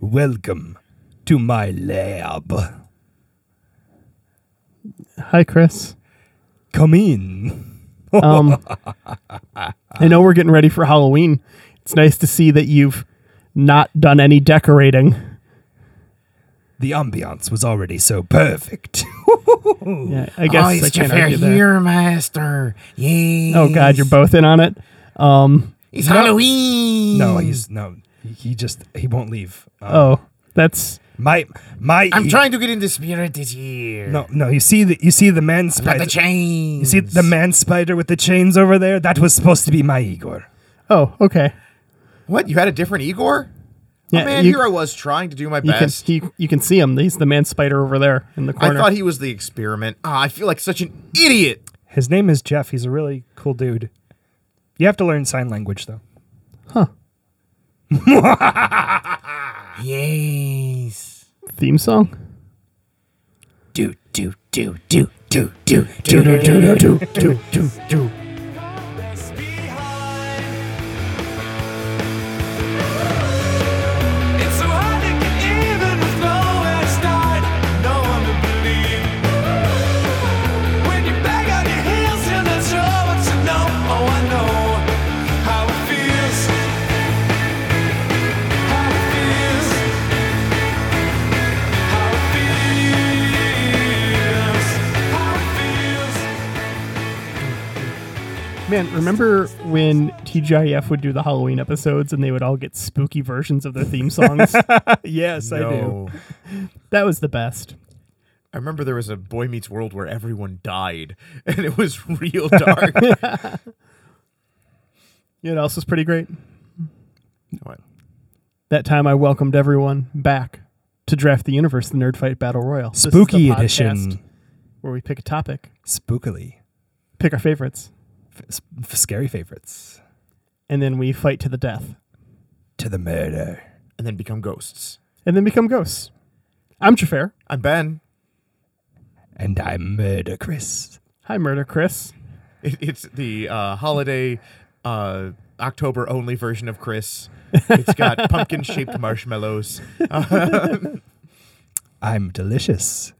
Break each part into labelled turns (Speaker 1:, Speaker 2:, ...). Speaker 1: Welcome to my lab.
Speaker 2: Hi, Chris.
Speaker 1: Come in.
Speaker 2: Um, I know we're getting ready for Halloween. It's nice to see that you've not done any decorating.
Speaker 1: The ambiance was already so perfect.
Speaker 2: Yeah, I
Speaker 3: Oh,
Speaker 2: guess I can't argue that.
Speaker 3: master. Yes.
Speaker 2: Oh God, you're both in on it. Um,
Speaker 3: It's Halloween.
Speaker 1: no, he's no. he- He just he won't leave. Um,
Speaker 2: oh, that's
Speaker 1: my my.
Speaker 3: I'm
Speaker 1: he-
Speaker 3: trying to get in the spirit this year.
Speaker 1: No, no. You see the you see the man
Speaker 3: Got
Speaker 1: spider.
Speaker 3: the chains.
Speaker 1: you see the man spider with the chains over there. That was supposed to be my Igor.
Speaker 2: oh okay.
Speaker 4: What? You had a different Igor?
Speaker 2: Yeah,
Speaker 4: oh, man,
Speaker 2: you,
Speaker 4: here I was trying to do my
Speaker 2: you can
Speaker 4: best.
Speaker 2: he, you can see him. He's the man spider over there in the
Speaker 4: I
Speaker 2: corner.
Speaker 4: thought he was the experiment. Ah, I feel like such an idiot.
Speaker 1: His name is Jeff. He's a really cool dude. You have to learn sign language though.
Speaker 3: Yes.
Speaker 2: Theme song.
Speaker 3: Do do do do do do do do do do do do do.
Speaker 5: It's so hard to get even with nowhere to start, no one to believe. When you bang on your heels, you're not sure what to know. Oh, I know how it feels. How it feels. How it feels. How it feels.
Speaker 2: Man, remember when TGIF would do the Halloween episodes and they would all get spooky versions of their theme songs?
Speaker 1: Yes, I do.
Speaker 4: No.
Speaker 2: that was the best.
Speaker 4: I remember there was a Boy Meets World where everyone died, and it was real dark. What?
Speaker 2: You know what else was pretty great? That time I welcomed everyone back to Draft the Universe, the Nerd Fight Battle Royal. This is the
Speaker 1: Spooky
Speaker 2: podcast
Speaker 1: edition.
Speaker 2: Where we pick a topic,
Speaker 1: Spookily.
Speaker 2: pick our favorites,
Speaker 1: F- s- f- scary favorites.
Speaker 2: and then we fight to the death.
Speaker 1: To the murder.
Speaker 4: and then become ghosts.
Speaker 2: And then become ghosts. I'm Jafar.
Speaker 4: I'm Ben.
Speaker 1: And I murder Chris.
Speaker 2: Hi, Murder Chris.
Speaker 4: It, it's the uh, holiday uh, October only version of Chris. It's got pumpkin shaped marshmallows.
Speaker 1: I'm delicious.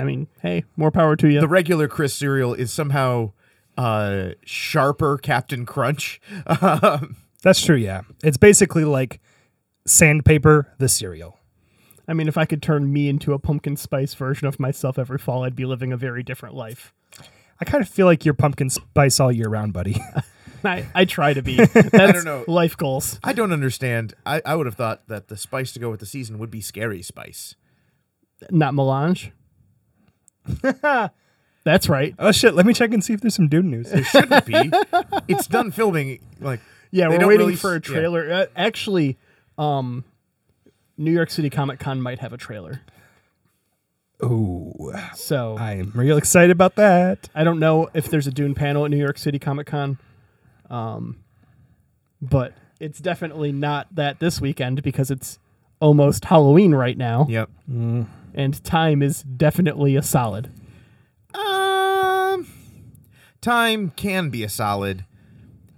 Speaker 2: I mean, hey, more power to you.
Speaker 4: The regular Chris cereal is somehow uh, sharper Captain Crunch.
Speaker 1: That's true, yeah. It's basically like sandpaper, the cereal.
Speaker 2: I mean, if I could turn me into a pumpkin spice version of myself every fall, I'd be living a very different life.
Speaker 1: I kind of feel like you're pumpkin spice all year round, buddy.
Speaker 2: I, I try to be. That's I
Speaker 4: don't know.
Speaker 2: life goals.
Speaker 4: I don't understand. I, I would have thought that the spice to go with the season would be scary spice.
Speaker 2: Not melange. That's right.
Speaker 1: oh shit, let me check and see if there's some dude news.
Speaker 4: There shouldn't be. it's done filming. Like
Speaker 2: Yeah,
Speaker 4: They
Speaker 2: we're
Speaker 4: don't
Speaker 2: waiting
Speaker 4: release-
Speaker 2: for a
Speaker 4: yeah.
Speaker 2: trailer. Uh, actually, um, New York City Comic Con might have a trailer.
Speaker 1: Ooh,
Speaker 2: So I,
Speaker 1: I'm real excited about that.
Speaker 2: don't know if there's a Dune panel at New York City Comic Con, um, but it's definitely not that this weekend because it's almost Halloween right now,
Speaker 4: Yep.
Speaker 2: and time is definitely a solid.
Speaker 4: Um, time can be a solid.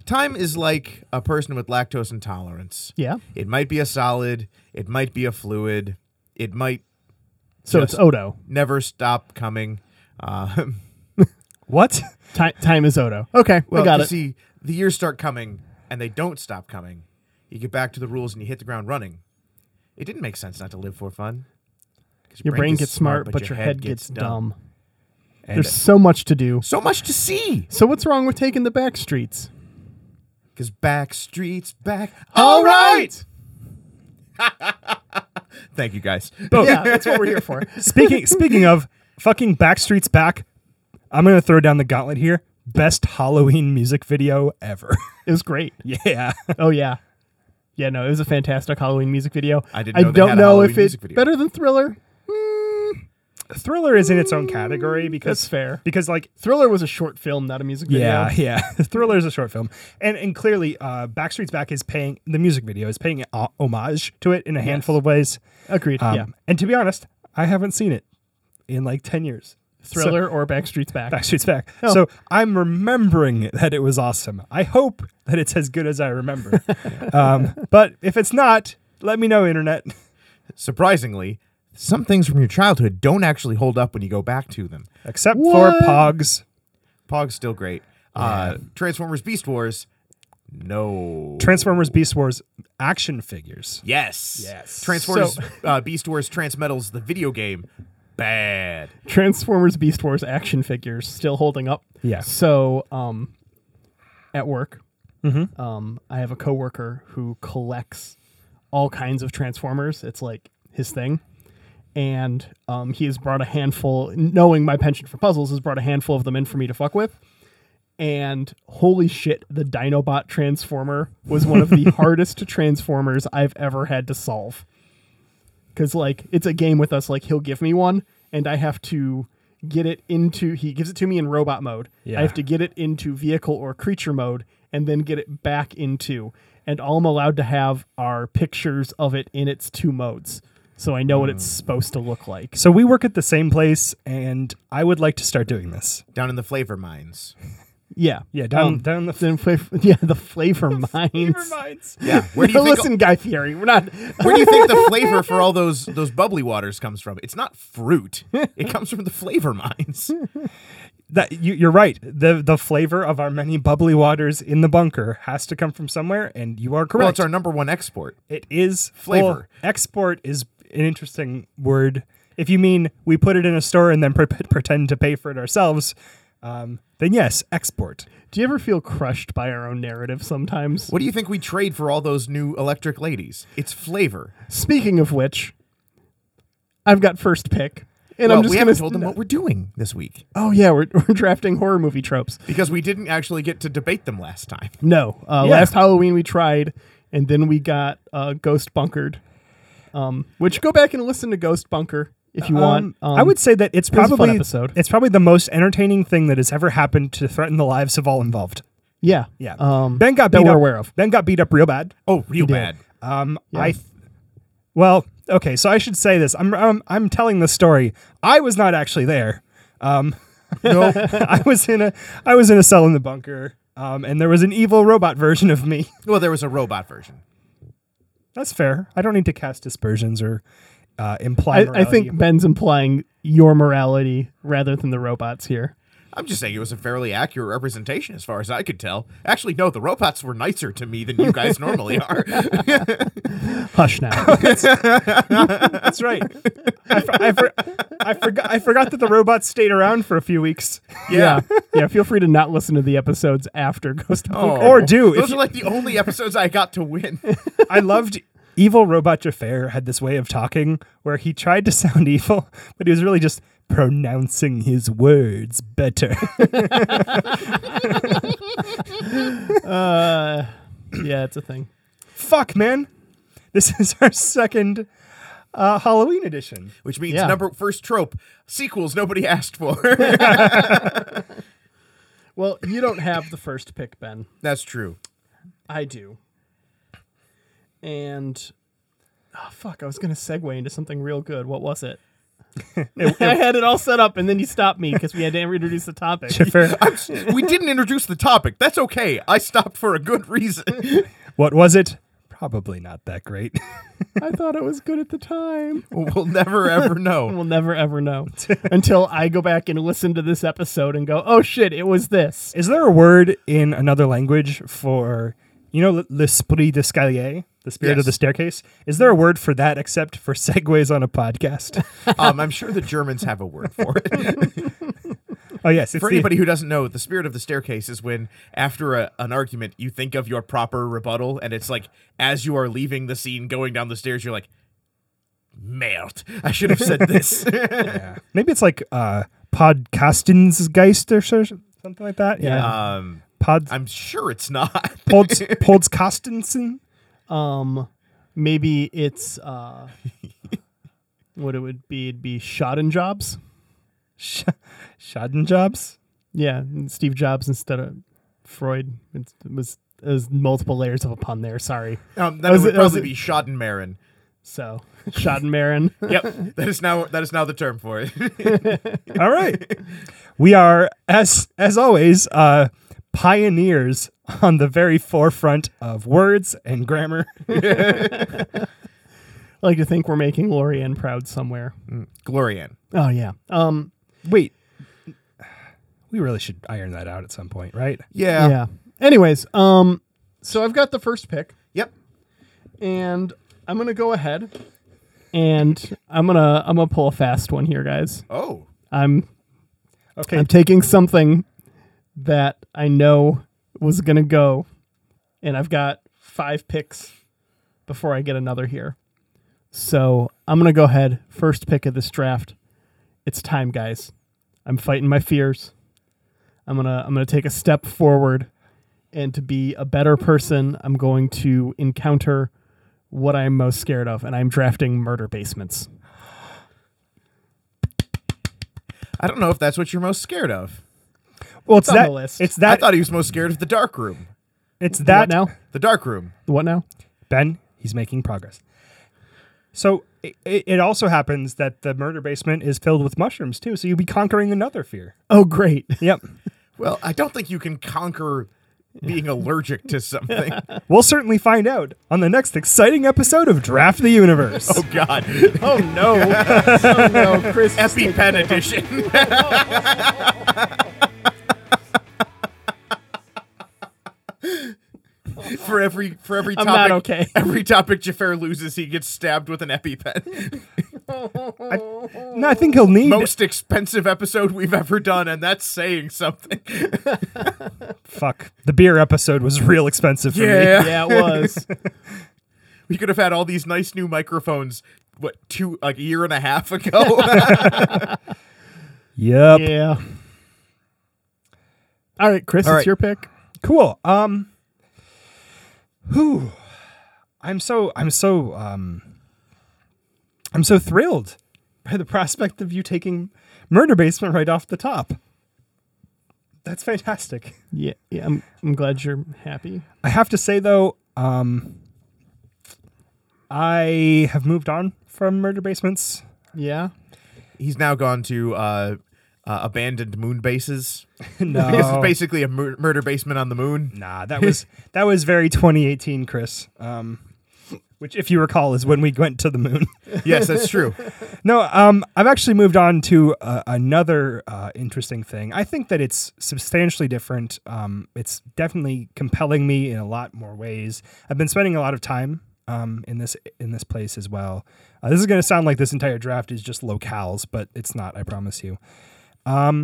Speaker 4: Time is like a person with lactose intolerance.
Speaker 2: Yeah.
Speaker 4: It might be a solid. It might be a fluid. It might
Speaker 2: So it's Odo.
Speaker 4: never stop coming. Uh,
Speaker 1: What?
Speaker 2: Time, time is Odo. Okay,
Speaker 4: well,
Speaker 2: I got
Speaker 4: you
Speaker 2: it.
Speaker 4: see, the years start coming and they don't stop coming. You get back to the rules and you hit the ground running. It didn't make sense not to live for fun. 'Cause
Speaker 2: your brain, gets smart, but, your, head, gets, dumb.
Speaker 1: And
Speaker 2: There's so much to do.
Speaker 4: So much to see.
Speaker 2: So what's wrong with taking the back streets?
Speaker 4: Cause back streets back.
Speaker 2: All
Speaker 4: All
Speaker 2: right.
Speaker 4: right. Thank you guys.
Speaker 2: Yeah, that's what we're here for.
Speaker 1: speaking speaking of fucking Backstreet's back, I'm gonna throw down the gauntlet here. Best Halloween music video ever.
Speaker 2: It was great.
Speaker 1: yeah.
Speaker 2: Oh yeah, yeah. No, it was a fantastic Halloween music video.
Speaker 4: I didn't
Speaker 2: I
Speaker 4: know they
Speaker 2: don't
Speaker 4: had a
Speaker 2: know
Speaker 4: Halloween
Speaker 2: if
Speaker 4: music
Speaker 2: it's
Speaker 4: video.
Speaker 2: better than Thriller.
Speaker 1: Thriller is in its own category because
Speaker 2: That's fair.
Speaker 1: Because like
Speaker 2: Thriller was a short film, not a music video.
Speaker 1: Yeah, yeah. Thriller is a short film, and and clearly, uh, Backstreet's Back is paying the music video is paying uh, homage to it in a handful of ways.
Speaker 2: agreed.
Speaker 1: Um,
Speaker 2: yeah,
Speaker 1: And to be honest, I haven't seen it in like ten years.
Speaker 2: Thriller Oh. or Backstreet's Back.
Speaker 1: Backstreet's Back. So I'm remembering that it was awesome. I hope that it's as good as I remember. um, but if it's not, let me know, internet.
Speaker 4: Surprisingly, some things from your childhood don't actually hold up when you go back to them.
Speaker 1: Except
Speaker 2: What?
Speaker 1: for Pogs.
Speaker 4: Pog's still great. Uh, Transformers Beast Wars, no.
Speaker 1: Transformers Beast Wars action figures.
Speaker 4: yes.
Speaker 1: Yes.
Speaker 4: Transformers
Speaker 1: So-
Speaker 4: uh, Beast Wars Transmetals, the video game, bad.
Speaker 2: Transformers Beast Wars action figures still holding up.
Speaker 1: Yeah.
Speaker 2: So, um, at work, um, I have a coworker who collects all kinds of Transformers. It's like his thing. And um, he has brought a handful, knowing my penchant for puzzles, has brought a handful of them in for me to fuck with. And holy shit, the Dinobot Transformer was one of the hardest Transformers I've ever had to solve because like it's a game with us like he'll give me one and i have to get it into he gives it to me in robot mode
Speaker 1: Yeah.
Speaker 2: i have to get it into vehicle or creature mode and then get it back into and all i'm allowed to have are pictures of it in its two modes so i know what
Speaker 1: Hmm.
Speaker 2: it's supposed to look like
Speaker 1: So we work at the same place, and I would like to start doing this.
Speaker 4: Down in the flavor mines.
Speaker 2: yeah
Speaker 1: Yeah, down
Speaker 2: Um,
Speaker 1: down the
Speaker 2: then flavor, yeah the flavor mines
Speaker 1: minds.
Speaker 4: Yeah. Where do you
Speaker 2: No,
Speaker 4: think
Speaker 2: listen guy fieri we're not
Speaker 4: where do you think the flavor for all those those bubbly waters comes from? It's not fruit. It comes from the flavor mines.
Speaker 1: That you, you're right. the The flavor of our many bubbly waters in the bunker has to come from somewhere, and you are correct.
Speaker 4: Well, it's our number one export.
Speaker 1: It is
Speaker 4: Flavor.
Speaker 1: well, export is an interesting word. If you mean we put it in a store and then pre- pretend to pay for it ourselves, um, then yes, export.
Speaker 2: do you ever feel crushed by our own narrative sometimes
Speaker 4: What do you think we trade for all those new electric ladies? It's flavor.
Speaker 2: Speaking of which, I've got first pick, and
Speaker 4: well,
Speaker 2: I'm just
Speaker 4: we
Speaker 2: gonna
Speaker 4: haven't told them what we're doing this week
Speaker 2: Oh yeah, we're, we're drafting horror movie tropes.
Speaker 4: because we didn't actually get to debate them last time.
Speaker 2: No, uh,
Speaker 1: Yeah.
Speaker 2: last Halloween we tried, and then we got uh, Ghost Bunkered. Um, which go back and listen to Ghost Bunker if you want.
Speaker 1: Um,
Speaker 2: Um,
Speaker 1: I would say that it's
Speaker 2: was a fun
Speaker 1: probably
Speaker 2: episode.
Speaker 1: it's probably the most entertaining thing that has ever happened to threaten the lives of all involved.
Speaker 2: yeah,
Speaker 1: Yeah.
Speaker 2: Um,
Speaker 1: ben got
Speaker 2: that
Speaker 1: beat
Speaker 2: we're
Speaker 1: up.
Speaker 2: aware of.
Speaker 1: Ben got beat up real bad.
Speaker 4: Oh, real bad.
Speaker 1: Um, I, th- well, okay. So I should say this. I'm I'm, I'm telling the story. I was not actually there. Um, no, I was in a I was in a cell in the bunker. Um, and there was an evil robot version of me.
Speaker 4: Well, there was a robot version.
Speaker 1: That's fair. I don't need to cast dispersions or uh, imply.
Speaker 2: I, I think
Speaker 1: morality.
Speaker 2: Ben's implying your morality rather than the robots here.
Speaker 4: I'm just saying it was a fairly accurate representation as far as I could tell. Actually, no, the robots were nicer to me than you guys normally are.
Speaker 2: Hush now.
Speaker 1: that's right. I, for- I, for- I forgot. I forgot that the robots stayed around for a few weeks.
Speaker 2: yeah, yeah. Feel free to not listen to the episodes after Ghost
Speaker 4: Oh.
Speaker 2: Bunker.
Speaker 1: Or do, if
Speaker 4: Those
Speaker 1: you-
Speaker 4: are like the only episodes I got to win.
Speaker 1: I loved evil robot Jafar had this way of talking where he tried to sound evil, but he was really just pronouncing his words better.
Speaker 2: Uh, yeah, it's a thing.
Speaker 1: Fuck, man. This is our second uh, Halloween edition.
Speaker 4: Which means
Speaker 2: Yeah.
Speaker 4: number first trope sequels nobody asked for.
Speaker 2: Well, you don't have the first pick, Ben.
Speaker 4: That's true.
Speaker 2: I do. And oh, fuck, I was gonna segue into something real good. What was it? I had it all set up, and then you stopped me because we had to introduce the topic.
Speaker 1: Jafar,
Speaker 4: we didn't introduce the topic. That's okay. I stopped for a good reason.
Speaker 1: what was it? Probably not that great.
Speaker 2: I thought it was good at the time.
Speaker 4: we'll never ever know.
Speaker 2: We'll never ever know until I go back and listen to this episode and go, "Oh shit, it was this."
Speaker 1: Is there a word in another language for, you know, l'esprit d'escalier, the spirit
Speaker 4: Yes.
Speaker 1: of the staircase? Is there a word for that except for segues on a podcast?
Speaker 4: Um, I'm sure the Germans have a word for it.
Speaker 1: oh, yes. It's
Speaker 4: For
Speaker 1: the-
Speaker 4: anybody who doesn't know, the spirit of the staircase is when, after a, an argument, you think of your proper rebuttal, and it's like as you are leaving the scene, going down the stairs, you're like, "Merde, I should have said this."
Speaker 1: Maybe it's like uh Podcastinsgeist or so- something like that. Yeah.
Speaker 4: um,
Speaker 1: Pod
Speaker 4: I'm sure it's not.
Speaker 1: Pods Podskastensen.
Speaker 2: Um, maybe it's uh, what it would be. It'd be shot and jobs.
Speaker 1: Sh- Schaden jobs.
Speaker 2: Yeah, and Steve Jobs instead of Freud. It's- It was, it was multiple layers of a pun there. Sorry.
Speaker 4: Um,
Speaker 2: I
Speaker 4: that
Speaker 2: was-
Speaker 4: would
Speaker 2: I was-
Speaker 4: probably be Schadenmarin.
Speaker 2: So, Schadenbaron.
Speaker 4: Yep, that is now that is now the term for it.
Speaker 1: All right. We are, as as always, uh, pioneers on the very forefront of words and grammar.
Speaker 2: I like to think we're making Lorian proud somewhere.
Speaker 4: Glorian.
Speaker 2: Oh yeah. Um.
Speaker 1: Wait, we really should iron that out at some point, right?
Speaker 4: Yeah.
Speaker 2: yeah. Anyways, um. So I've got the first pick.
Speaker 4: Yep.
Speaker 2: and I'm gonna go ahead and I'm gonna I'm gonna pull a fast one here, guys.
Speaker 4: Oh.
Speaker 2: I'm
Speaker 1: Okay.
Speaker 2: I'm taking something that I know was gonna go, and I've got five picks before I get another here. So I'm gonna go ahead first pick of this draft. It's time, guys. I'm fighting my fears. I'm gonna I'm gonna take a step forward, and to be a better person, I'm going to encounter what I'm most scared of, and I'm drafting murder basements.
Speaker 4: I don't know if that's what you're most scared of.
Speaker 1: well, it's
Speaker 2: on
Speaker 1: that.
Speaker 2: the list.
Speaker 1: It's
Speaker 4: I
Speaker 1: that.
Speaker 4: thought he was most scared of the dark room.
Speaker 1: it's
Speaker 2: What
Speaker 1: that.
Speaker 2: now?
Speaker 4: The dark room.
Speaker 2: What now?
Speaker 1: Ben, he's making progress. So it, it also happens that the murder basement is filled with mushrooms too. So you'll be conquering another fear.
Speaker 2: Oh, great.
Speaker 1: Yep.
Speaker 4: Well, I don't think you can conquer being allergic to something.
Speaker 1: We'll certainly find out on the next exciting episode of Draft the Universe.
Speaker 4: oh God.
Speaker 2: Oh no! oh no, Chris! just take-
Speaker 4: EpiPen edition. for every for every
Speaker 2: I'm
Speaker 4: topic,
Speaker 2: not okay.
Speaker 4: every topic Jafar loses, he gets stabbed with an EpiPen.
Speaker 1: No, I think he'll need.
Speaker 4: Most expensive episode we've ever done, and that's saying something.
Speaker 1: Fuck. The beer episode was real expensive for me.
Speaker 2: Yeah, it was.
Speaker 4: we could have had all these nice new microphones. What two like a year and a half ago?
Speaker 1: Yep.
Speaker 2: yeah. All right, Chris,
Speaker 4: All
Speaker 2: it's
Speaker 4: right.
Speaker 2: your pick.
Speaker 1: Cool. Um whew. I'm so I'm so um I'm so thrilled by the prospect of you taking Murder Basement right off the top. That's fantastic.
Speaker 2: Yeah, yeah. I'm, I'm glad you're happy.
Speaker 1: I have to say though, um I have moved on from Murder Basements.
Speaker 2: Yeah.
Speaker 4: He's now gone to uh, uh, abandoned moon bases.
Speaker 1: no.
Speaker 4: This is basically a mur- murder basement on the moon.
Speaker 1: Nah, that was that was very 2018, Chris. Um, which, if you recall, is when we went to the moon.
Speaker 4: Yes, that's true.
Speaker 1: no, um, I've actually moved on to uh, another uh, interesting thing. I think that it's substantially different. Um, it's definitely compelling me in a lot more ways. I've been spending a lot of time um, in this in this place as well. Uh, this is going to sound like this entire draft is just locales, but it's not. I promise you. Um,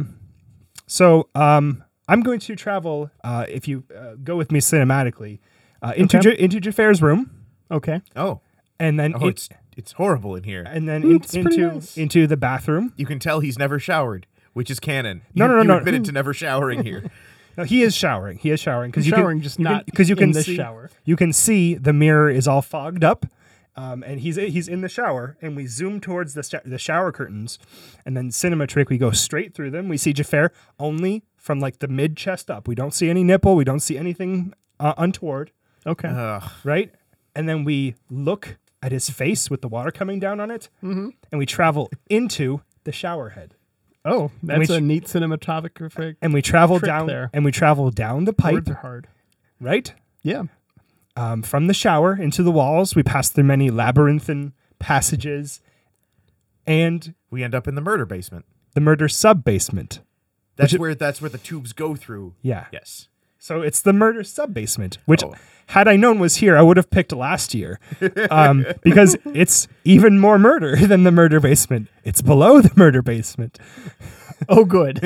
Speaker 1: So um, I'm going to travel, uh, if you uh, go with me cinematically, uh, into
Speaker 2: Okay.
Speaker 1: Ja- into Jafar's room,
Speaker 2: Okay.
Speaker 4: Oh,
Speaker 1: and then
Speaker 4: oh,
Speaker 1: in-
Speaker 4: it's it's horrible in here.
Speaker 1: and then in-
Speaker 2: Hmm, it's pretty
Speaker 1: into
Speaker 2: nice.
Speaker 1: into the bathroom.
Speaker 4: You can tell he's never showered, which is canon.
Speaker 1: No,
Speaker 4: you,
Speaker 1: no, no,
Speaker 4: you
Speaker 1: no.
Speaker 4: admitted to never showering here.
Speaker 1: No, he is showering. He is showering because you
Speaker 2: Showering,
Speaker 1: can,
Speaker 2: just
Speaker 1: you can-
Speaker 2: not
Speaker 1: you
Speaker 2: in
Speaker 1: can
Speaker 2: the
Speaker 1: see,
Speaker 2: shower.
Speaker 1: You can see the mirror is all fogged up, um, and he's he's in the shower. And we zoom towards the sho- the shower curtains, and then cinema trick. We go straight through them. We see Jafar only from like the mid chest up. We don't see any nipple. We don't see anything uh, untoward.
Speaker 2: Okay.
Speaker 4: Ugh.
Speaker 1: right? And then we look at his face with the water coming down on it,
Speaker 2: Mm-hmm.
Speaker 1: and we travel into the shower head,
Speaker 2: oh,
Speaker 1: we
Speaker 2: that's
Speaker 1: sh-
Speaker 2: a neat cinematographic.
Speaker 1: and we travel
Speaker 2: Trick
Speaker 1: down
Speaker 2: there.
Speaker 1: and we travel down the pipe,
Speaker 2: Words are hard.
Speaker 1: right?
Speaker 2: Yeah.
Speaker 1: Um, from the shower into the walls, we pass through many labyrinthine passages, and
Speaker 4: We end up in the murder basement.
Speaker 1: the murder sub basement.
Speaker 4: That's where that's where the tubes go through.
Speaker 1: Yeah.
Speaker 4: Yes.
Speaker 1: So it's the murder sub basement, which
Speaker 4: Oh.
Speaker 1: had I known was here, I would have picked last year, um, because it's even more murder than the murder basement. It's below the murder basement.
Speaker 2: Oh, good.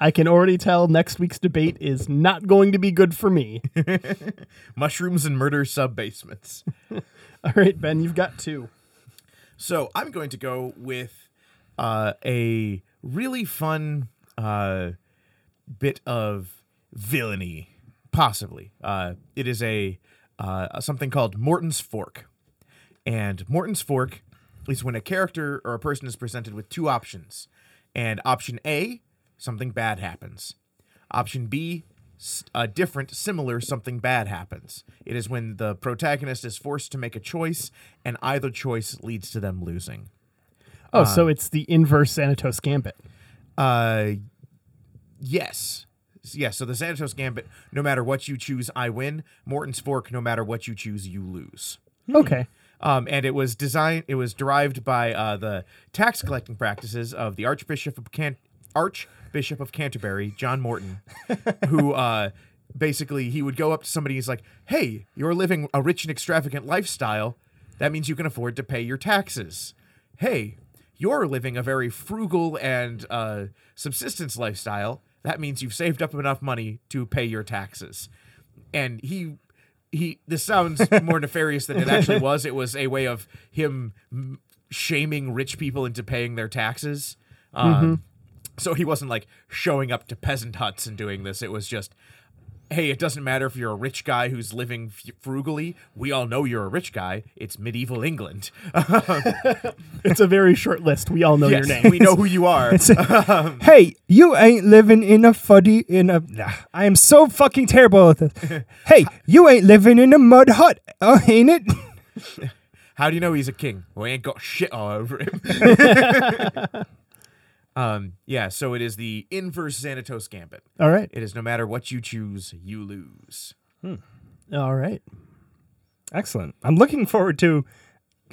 Speaker 2: I can already tell next week's debate is not going to be good for me.
Speaker 4: Mushrooms and murder sub basements.
Speaker 2: All right, Ben, you've got two.
Speaker 4: So I'm going to go with uh, a really fun uh, bit of villainy, possibly. Uh, it is a uh, something called Morton's Fork, and Morton's Fork is when a character or a person is presented with two options, and option A, something bad happens. Option B, s- a different, similar something bad happens. It is when the protagonist is forced to make a choice, and either choice leads to them losing.
Speaker 2: Oh, so it's the inverse Xanatos Gambit.
Speaker 4: Uh, yes. Yes, so the Xanatos Gambit, no matter what you choose, I win. Morton's Fork, no matter what you choose, you lose.
Speaker 2: Okay.
Speaker 4: Um, and it was designed. It was derived by uh, the tax collecting practices of the Archbishop of Can- Archbishop of Canterbury, John Morton, who uh, basically he would go up to somebody. He's like, "Hey, you're living a rich and extravagant lifestyle. That means you can afford to pay your taxes. Hey, you're living a very frugal and uh, subsistence lifestyle. That means you've saved up enough money to pay your taxes." And he he this sounds more nefarious than it actually was it was a way of him m- shaming rich people into paying their taxes um,
Speaker 2: Mm-hmm.
Speaker 4: so he wasn't like showing up to peasant huts and doing this it was just hey it doesn't matter if you're a rich guy who's living f- frugally we all know you're a rich guy it's medieval england
Speaker 2: It's a very short list. We all know
Speaker 4: yes,
Speaker 2: Oh, your name.
Speaker 4: we know who you are
Speaker 1: Hey, you ain't living in a fuddy in a. Nah, I am so fucking terrible at this. hey, you ain't living in a mud hut, uh, ain't it?
Speaker 4: How do you know he's a king? Well, he ain't got shit all over him. um, yeah, so it is the inverse Xanatos Gambit.
Speaker 2: All right.
Speaker 4: It is no matter what you choose, you lose.
Speaker 2: All right.
Speaker 1: Excellent. I'm looking forward to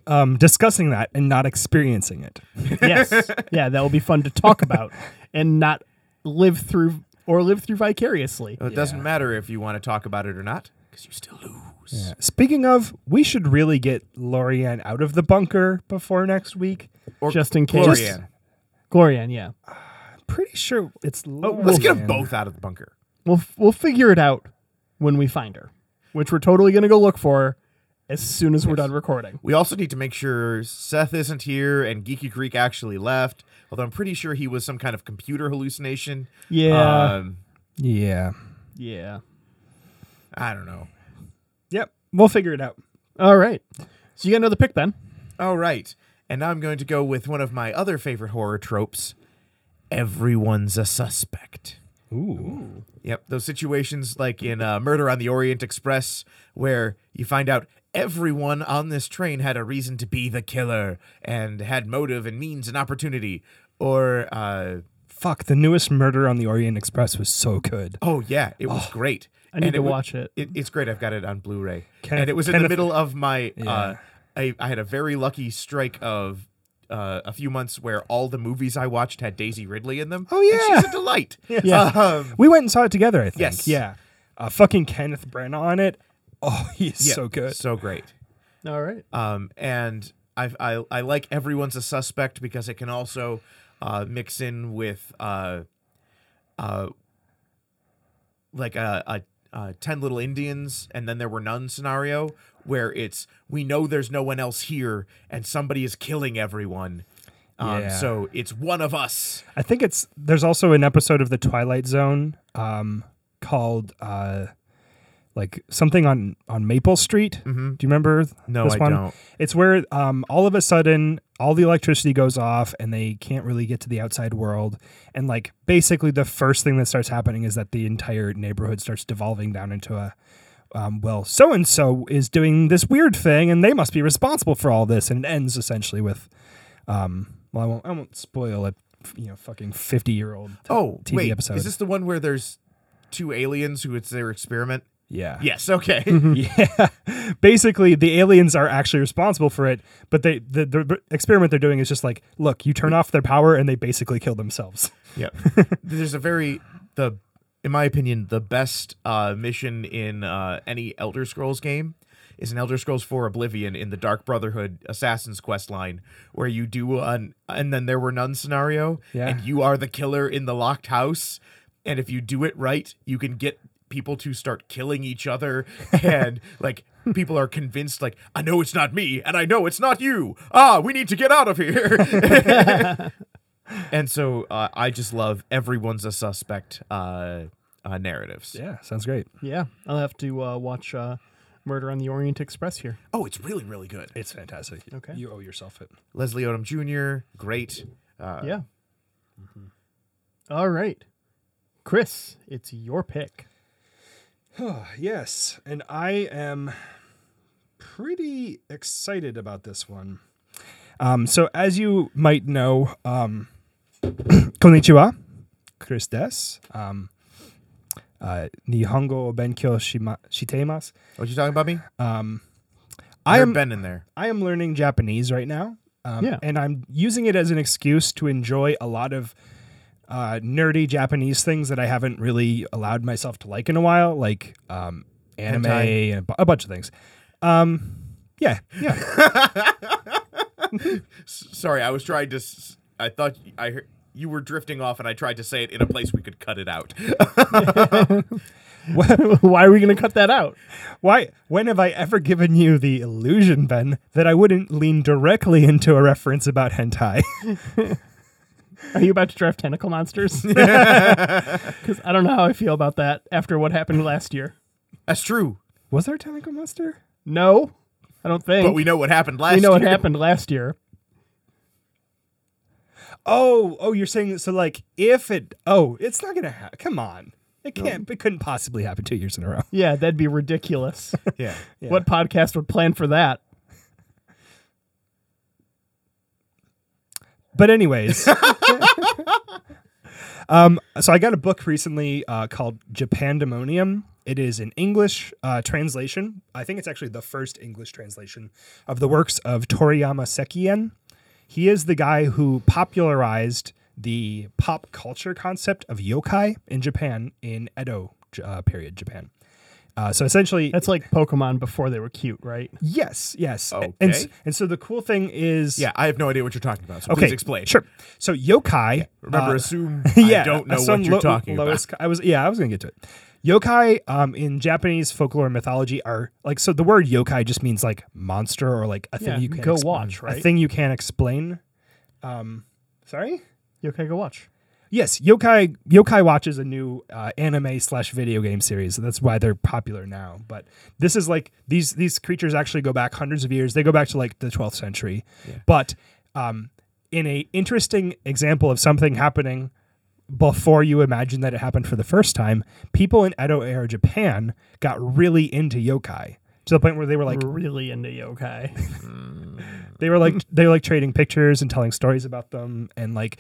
Speaker 1: um, discussing that and not experiencing it.
Speaker 2: Yes. yeah, that will be fun to talk about and not live through or live through vicariously.
Speaker 4: It doesn't matter if you want to talk about it or not, because you still lose.
Speaker 1: Speaking of, we should really get Lorianne out of the bunker before next week.
Speaker 4: Or
Speaker 2: Just in case.
Speaker 4: Glorian.
Speaker 2: Glorian, yeah.
Speaker 1: Pretty sure it's. Lorianne.
Speaker 4: Oh, Let's get them both out of the bunker.
Speaker 2: We'll f- we'll figure it out when we find her, which we're totally going to go look for as soon as we're done recording.
Speaker 4: We also need to make sure Seth isn't here and Geeky Greek actually left. Although I'm pretty sure he was some kind of computer hallucination.
Speaker 2: Yeah.
Speaker 4: Um,
Speaker 1: Yeah.
Speaker 2: Uh, yeah.
Speaker 4: I don't know.
Speaker 1: Yep. We'll figure it out.
Speaker 2: All right. So you got another pick, Ben?
Speaker 4: All right. And now I'm going to go with one of my other favorite horror tropes everyone's a suspect.
Speaker 1: Ooh.
Speaker 4: Yep. Those situations like in uh, Murder on the Orient Express, where you find out everyone on this train had a reason to be the killer and had motive and means and opportunity. Or, uh,
Speaker 1: Fuck, the newest murder on the Orient Express was so good.
Speaker 4: oh, yeah, it was great.
Speaker 2: I need
Speaker 4: And
Speaker 2: to
Speaker 4: wa-
Speaker 2: watch it.
Speaker 4: it, it's great. I've got it on Blu-ray,
Speaker 1: Kenneth-
Speaker 4: and it was in the
Speaker 1: Kenneth-
Speaker 4: middle of my. Uh, I, I had a very lucky strike of uh, a few months where all the movies I watched had Daisy Ridley in them.
Speaker 1: Oh,
Speaker 4: And she's
Speaker 1: yeah.
Speaker 4: a delight.
Speaker 2: Yeah.
Speaker 4: um,
Speaker 1: Uh, We went and saw it together, I think.
Speaker 4: Yes.
Speaker 1: Yeah. Uh, fucking Kenneth Branagh on it. Oh, he's
Speaker 4: yeah,
Speaker 1: so good.
Speaker 4: so great.
Speaker 2: All right.
Speaker 4: Um, and I, I I like everyone's a suspect because it can also uh, mix in with uh, uh, like a, a, a ten little Indians and then there were none scenario where it's we know there's no one else here and somebody is killing everyone. Um,
Speaker 1: Yeah.
Speaker 4: So it's one of us.
Speaker 1: I think it's there's also an episode of the Twilight Zone um, called uh, like something on on Maple Street. Mm-hmm. Do you remember? th-
Speaker 4: No,
Speaker 1: this
Speaker 4: I
Speaker 1: one?
Speaker 4: don't.
Speaker 1: It's where um, all of a sudden all the electricity goes off and they can't really get to the outside world. And like basically the first thing that starts happening is that the entire neighborhood starts devolving down into a um, well, so and so is doing this weird thing, and they must be responsible for all this. And it ends essentially with, um, well, I won't, I won't spoil a, you know, fucking fifty-year-old.
Speaker 4: Oh
Speaker 1: TV
Speaker 4: wait,
Speaker 1: episode.
Speaker 4: is this the one where there's two aliens who it's their experiment?
Speaker 1: yeah,
Speaker 4: Yes. Okay.
Speaker 1: yeah. Basically, the aliens are actually responsible for it, but they the, the experiment they're doing is just like, look, you turn off their power, and they basically kill themselves.
Speaker 4: Yep. There's a very the in my opinion the best uh, mission in uh, any Elder Scrolls game is in Elder Scrolls 4 Oblivion in the Dark Brotherhood Assassin's Quest line where you do an and then there were none scenario
Speaker 1: Yeah.
Speaker 4: and you are the killer in the locked house and if you do it right you can get people to start killing each other and like people are convinced like I know it's not me and I know it's not you ah we need to get out of here and so uh, I just love everyone's a suspect uh, uh, narratives.
Speaker 1: Yeah, sounds great.
Speaker 2: Yeah. I'll have to uh, watch uh, Murder on the Orient Express here.
Speaker 4: Oh, it's really, really good.
Speaker 1: It's fantastic.
Speaker 2: Okay.
Speaker 1: you owe yourself it.
Speaker 4: Leslie Odom Jr., great. Uh,
Speaker 2: yeah. All right. Chris, it's your pick.
Speaker 1: Ah, yes, and I am pretty excited about this one. Um, so, as you might know, um, konnichiwa, Chris Des. Um, uh, Nihongo o Benkyo shima- Shiteimas.
Speaker 4: What you talking about me?
Speaker 1: I am
Speaker 4: been in there.
Speaker 1: I am learning Japanese right now. Um,
Speaker 2: Yeah.
Speaker 1: And I'm using it as an excuse to enjoy a lot of uh, nerdy Japanese things that I haven't really allowed myself to like in a while, like um, anime
Speaker 4: Hentai.
Speaker 1: and a bu- a bunch of things. Um, yeah, yeah.
Speaker 4: Sorry, I was trying to. s- I thought I heard, you were drifting off, and I tried to say it in a place we could cut it out.
Speaker 2: Why are we going to cut that out?
Speaker 1: Why? When have I ever given you the illusion, Ben, that I wouldn't lean directly into a reference about hentai?
Speaker 2: Are you about to draft tentacle monsters? Because I don't know how I feel about that after what happened last year.
Speaker 4: That's true,
Speaker 1: Was there a tentacle monster?
Speaker 2: No, I don't think.
Speaker 4: but we know what happened last.
Speaker 2: We know what
Speaker 4: year.
Speaker 2: happened last year.
Speaker 1: Oh, oh, you're saying that. So, like, if it, oh, it's not gonna happen. Come on, it can't. It couldn't possibly happen two years in a row.
Speaker 2: Yeah, that'd be ridiculous.
Speaker 4: Yeah.
Speaker 2: What podcast would plan for that?
Speaker 1: But anyways, um, so I got a book recently uh, called Japandemonium. It is an English uh, translation. I think it's actually the first English translation of the works of Toriyama Sekien. He is the guy who popularized the pop culture concept of yokai in Japan in Edo uh, period Japan. Uh, so essentially,
Speaker 2: That's like Pokemon before they were cute, right?
Speaker 1: Yes, yes. A- And, s-
Speaker 4: Okay.
Speaker 1: and so the cool thing is.
Speaker 4: Yeah, I have no idea what you're talking about. So
Speaker 1: Okay.
Speaker 4: please explain.
Speaker 1: Sure. So yokai.
Speaker 4: Remember,
Speaker 1: uh,
Speaker 4: assume
Speaker 1: yeah,
Speaker 4: I don't know
Speaker 1: some
Speaker 4: what you're
Speaker 1: lo-
Speaker 4: talking
Speaker 1: lowest co- I was yeah, I was gonna get to it. Yokai um, in Japanese folklore and mythology are like so. The word yokai just means like monster or like a thing
Speaker 2: Yeah,
Speaker 1: you can
Speaker 2: go
Speaker 1: explain-
Speaker 2: watch,
Speaker 1: A
Speaker 2: right?
Speaker 1: thing you can't explain. Um, sorry.
Speaker 2: Okay, go watch.
Speaker 1: Yes, yokai yokai watch is a new uh, anime slash video game series. So that's why they're popular now. But this is like these these creatures actually go back hundreds of years. They go back to like the 12th century. But um, in a interesting example of something happening before you imagine that it happened for the first time, people in Edo era Japan got really into yokai to the point where they were like
Speaker 2: really into yokai.
Speaker 1: they were like they were like trading pictures and telling stories about them and like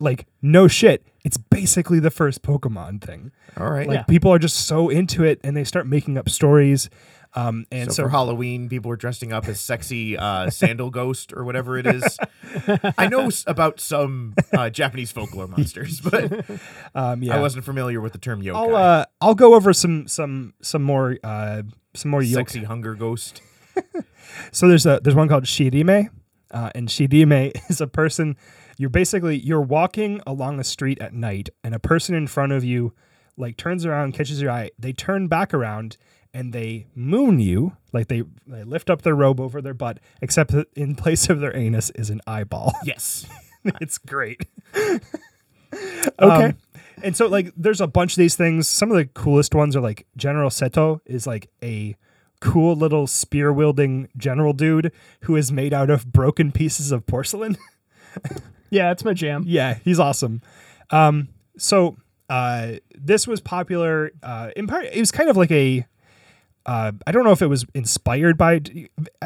Speaker 1: like no shit. It's basically the first Pokemon thing.
Speaker 4: about. All right.
Speaker 1: Like
Speaker 2: Yeah.
Speaker 1: people are just so into it and they start making up stories. Um and so,
Speaker 4: so, for Halloween, people were dressing up as sexy uh, sandal ghost or whatever it is. I know s- about some uh, Japanese folklore monsters, but
Speaker 1: um yeah.
Speaker 4: I wasn't familiar with the term yokai.
Speaker 1: I'll uh I'll go over some some some more uh some more yokai.
Speaker 4: Sexy hunger ghost.
Speaker 1: So there's a there's one called Shirime, uh, and Shirime is a person. You're basically you're walking along a street at night, and a person in front of you, like turns around, catches your eye. They turn back around and they moon you, like they they lift up their robe over their butt, except that in place of their anus is an eyeball.
Speaker 4: Yes.
Speaker 1: it's great.
Speaker 2: Okay.
Speaker 1: Um, and so like there's a bunch of these things. Some of the coolest ones are like General Seto is like a cool little spear wielding general dude who is made out of broken pieces of porcelain.
Speaker 2: yeah, it's my jam.
Speaker 1: yeah, he's awesome. Um so uh this was popular uh in part it was kind of like a uh, I don't know if it was inspired by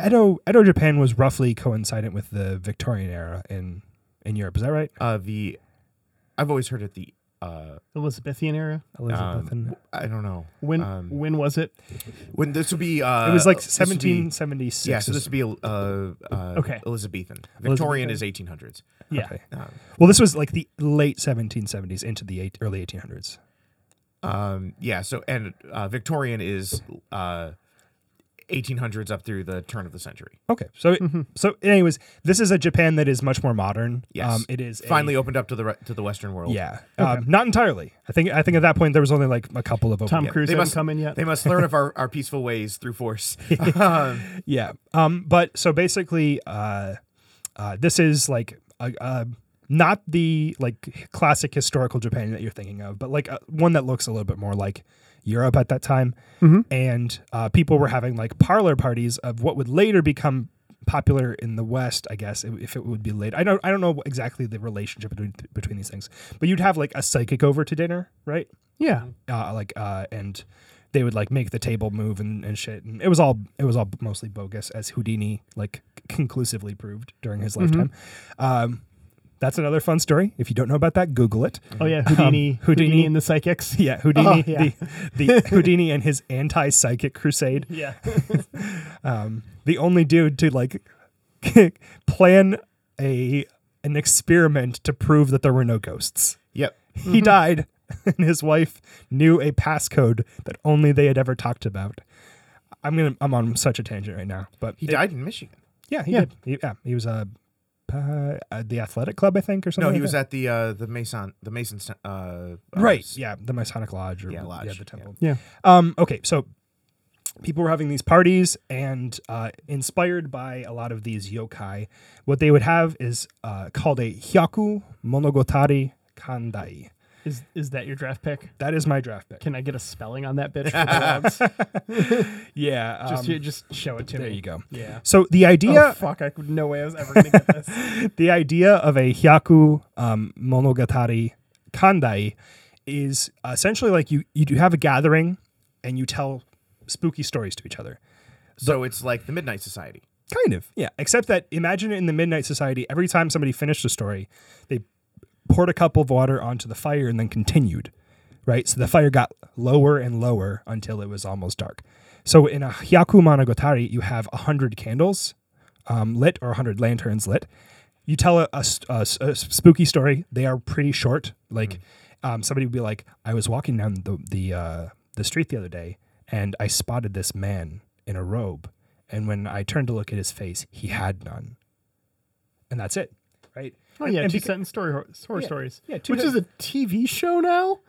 Speaker 1: Edo. Edo Japan was roughly coincident with the Victorian era in in Europe. Is that right?
Speaker 4: Uh, the I've always heard it the uh,
Speaker 2: Elizabethan era.
Speaker 1: Elizabethan.
Speaker 4: I don't know
Speaker 2: When
Speaker 4: um,
Speaker 2: when was it?
Speaker 4: when this would be. Uh,
Speaker 1: it was like
Speaker 4: this would be-
Speaker 1: 1776.
Speaker 4: Yeah, so this would be uh, uh,
Speaker 2: Okay.
Speaker 4: Elizabethan. Victorian is 1800s.
Speaker 2: Yeah.
Speaker 1: Okay.
Speaker 4: Um,
Speaker 1: Well, this was like the late 1770s into the eight, early 1800s.
Speaker 4: Um, yeah. So, and uh, Victorian is uh, 1800s up through the turn of the century.
Speaker 1: Okay. So, it,
Speaker 4: Mm-hmm.
Speaker 1: so anyways, this is a Japan that is much more modern.
Speaker 4: Yes.
Speaker 1: Um, it is a-
Speaker 4: Finally opened up to the re- to the Western world.
Speaker 1: yeah. Um, not entirely. I think. I think at that point there was only like a couple of open.
Speaker 2: Tom
Speaker 4: Yeah,
Speaker 2: Cruise
Speaker 4: they
Speaker 2: hasn't
Speaker 4: must-
Speaker 2: come in yet.
Speaker 4: They must learn of our, our peaceful ways through force. um,
Speaker 1: Yeah. Um. But so basically, uh, uh, this is like a. a not the like classic historical Japan that you're thinking of, but like uh, one that looks a little bit more like Europe at that time. And uh, people were having like parlor parties of what would later become popular in the West, I guess, if if it would be later. I don't, I don't know exactly the relationship between between these things, but you'd have like a psychic over to dinner, right?
Speaker 2: yeah.
Speaker 1: uh, like uh, and they would like make the table move and, and shit. And it was all it was all mostly bogus, as Houdini like conclusively proved during his
Speaker 2: Mm-hmm.
Speaker 1: lifetime. Um, that's another fun story. If you don't know about that, Google it.
Speaker 2: Oh yeah,
Speaker 4: Um,
Speaker 2: Houdini, Houdini,
Speaker 1: Houdini
Speaker 2: and the psychics.
Speaker 1: Yeah, Houdini,
Speaker 2: Oh, yeah.
Speaker 1: the the Houdini and his anti psychic crusade.
Speaker 2: yeah.
Speaker 1: the only dude to like plan a an experiment to prove that there were no ghosts.
Speaker 4: Yep.
Speaker 1: He died, and his wife knew a passcode that only they had ever talked about. I'm gonna I'm on such a tangent right now, but
Speaker 4: He died in Michigan.
Speaker 1: yeah, he
Speaker 2: Yeah.
Speaker 1: did. He, yeah, he was a. Uh, at the athletic club, I think, or something.
Speaker 4: No, he
Speaker 1: like
Speaker 4: was
Speaker 1: that.
Speaker 4: at the uh, the Mason the Mason uh, uh,
Speaker 1: right. Yeah, the Masonic Lodge or
Speaker 4: Yeah, Lodge,
Speaker 1: the
Speaker 4: yeah.
Speaker 1: temple.
Speaker 2: Yeah.
Speaker 1: Um, okay, so people were having these parties, and uh, inspired by a lot of these yokai, what they would have is uh, called a hyaku monogotari kandai.
Speaker 2: Is is that your draft pick?
Speaker 1: That is my draft pick.
Speaker 2: Can I get a spelling on that bitch? For the labs?
Speaker 1: yeah,
Speaker 2: just
Speaker 1: um,
Speaker 2: you- just show it to
Speaker 1: there
Speaker 2: me.
Speaker 1: you go.
Speaker 2: Yeah.
Speaker 1: So the idea,
Speaker 2: Oh, fuck! I could, no way I was ever gonna get this.
Speaker 1: the idea of a hyaku um, monogatari kandai is uh, essentially like you you do have a gathering, and you tell spooky stories to each other.
Speaker 4: So it's like the Midnight Society.
Speaker 1: Kind of. Yeah. Except that imagine in the Midnight Society, every time somebody finished a story, they poured a cup of water onto the fire and then continued. Right? So the fire got lower and lower until it was almost dark. So in a Hyaku Managotari, you have 100 candles um, lit or 100 lanterns lit. You tell a, a s- a s- a s- spooky story. They are pretty short. Like um, somebody would be like, "I was walking down the the uh, the street the other day, and I spotted this man in a robe. And when I turned to look at his face, he had none." And that's it, right?
Speaker 2: Oh yeah,
Speaker 1: And
Speaker 2: two
Speaker 1: beca-
Speaker 2: sentence story hor- horror stories.
Speaker 1: yeah, two
Speaker 2: which
Speaker 1: sen-
Speaker 2: is a TV show now.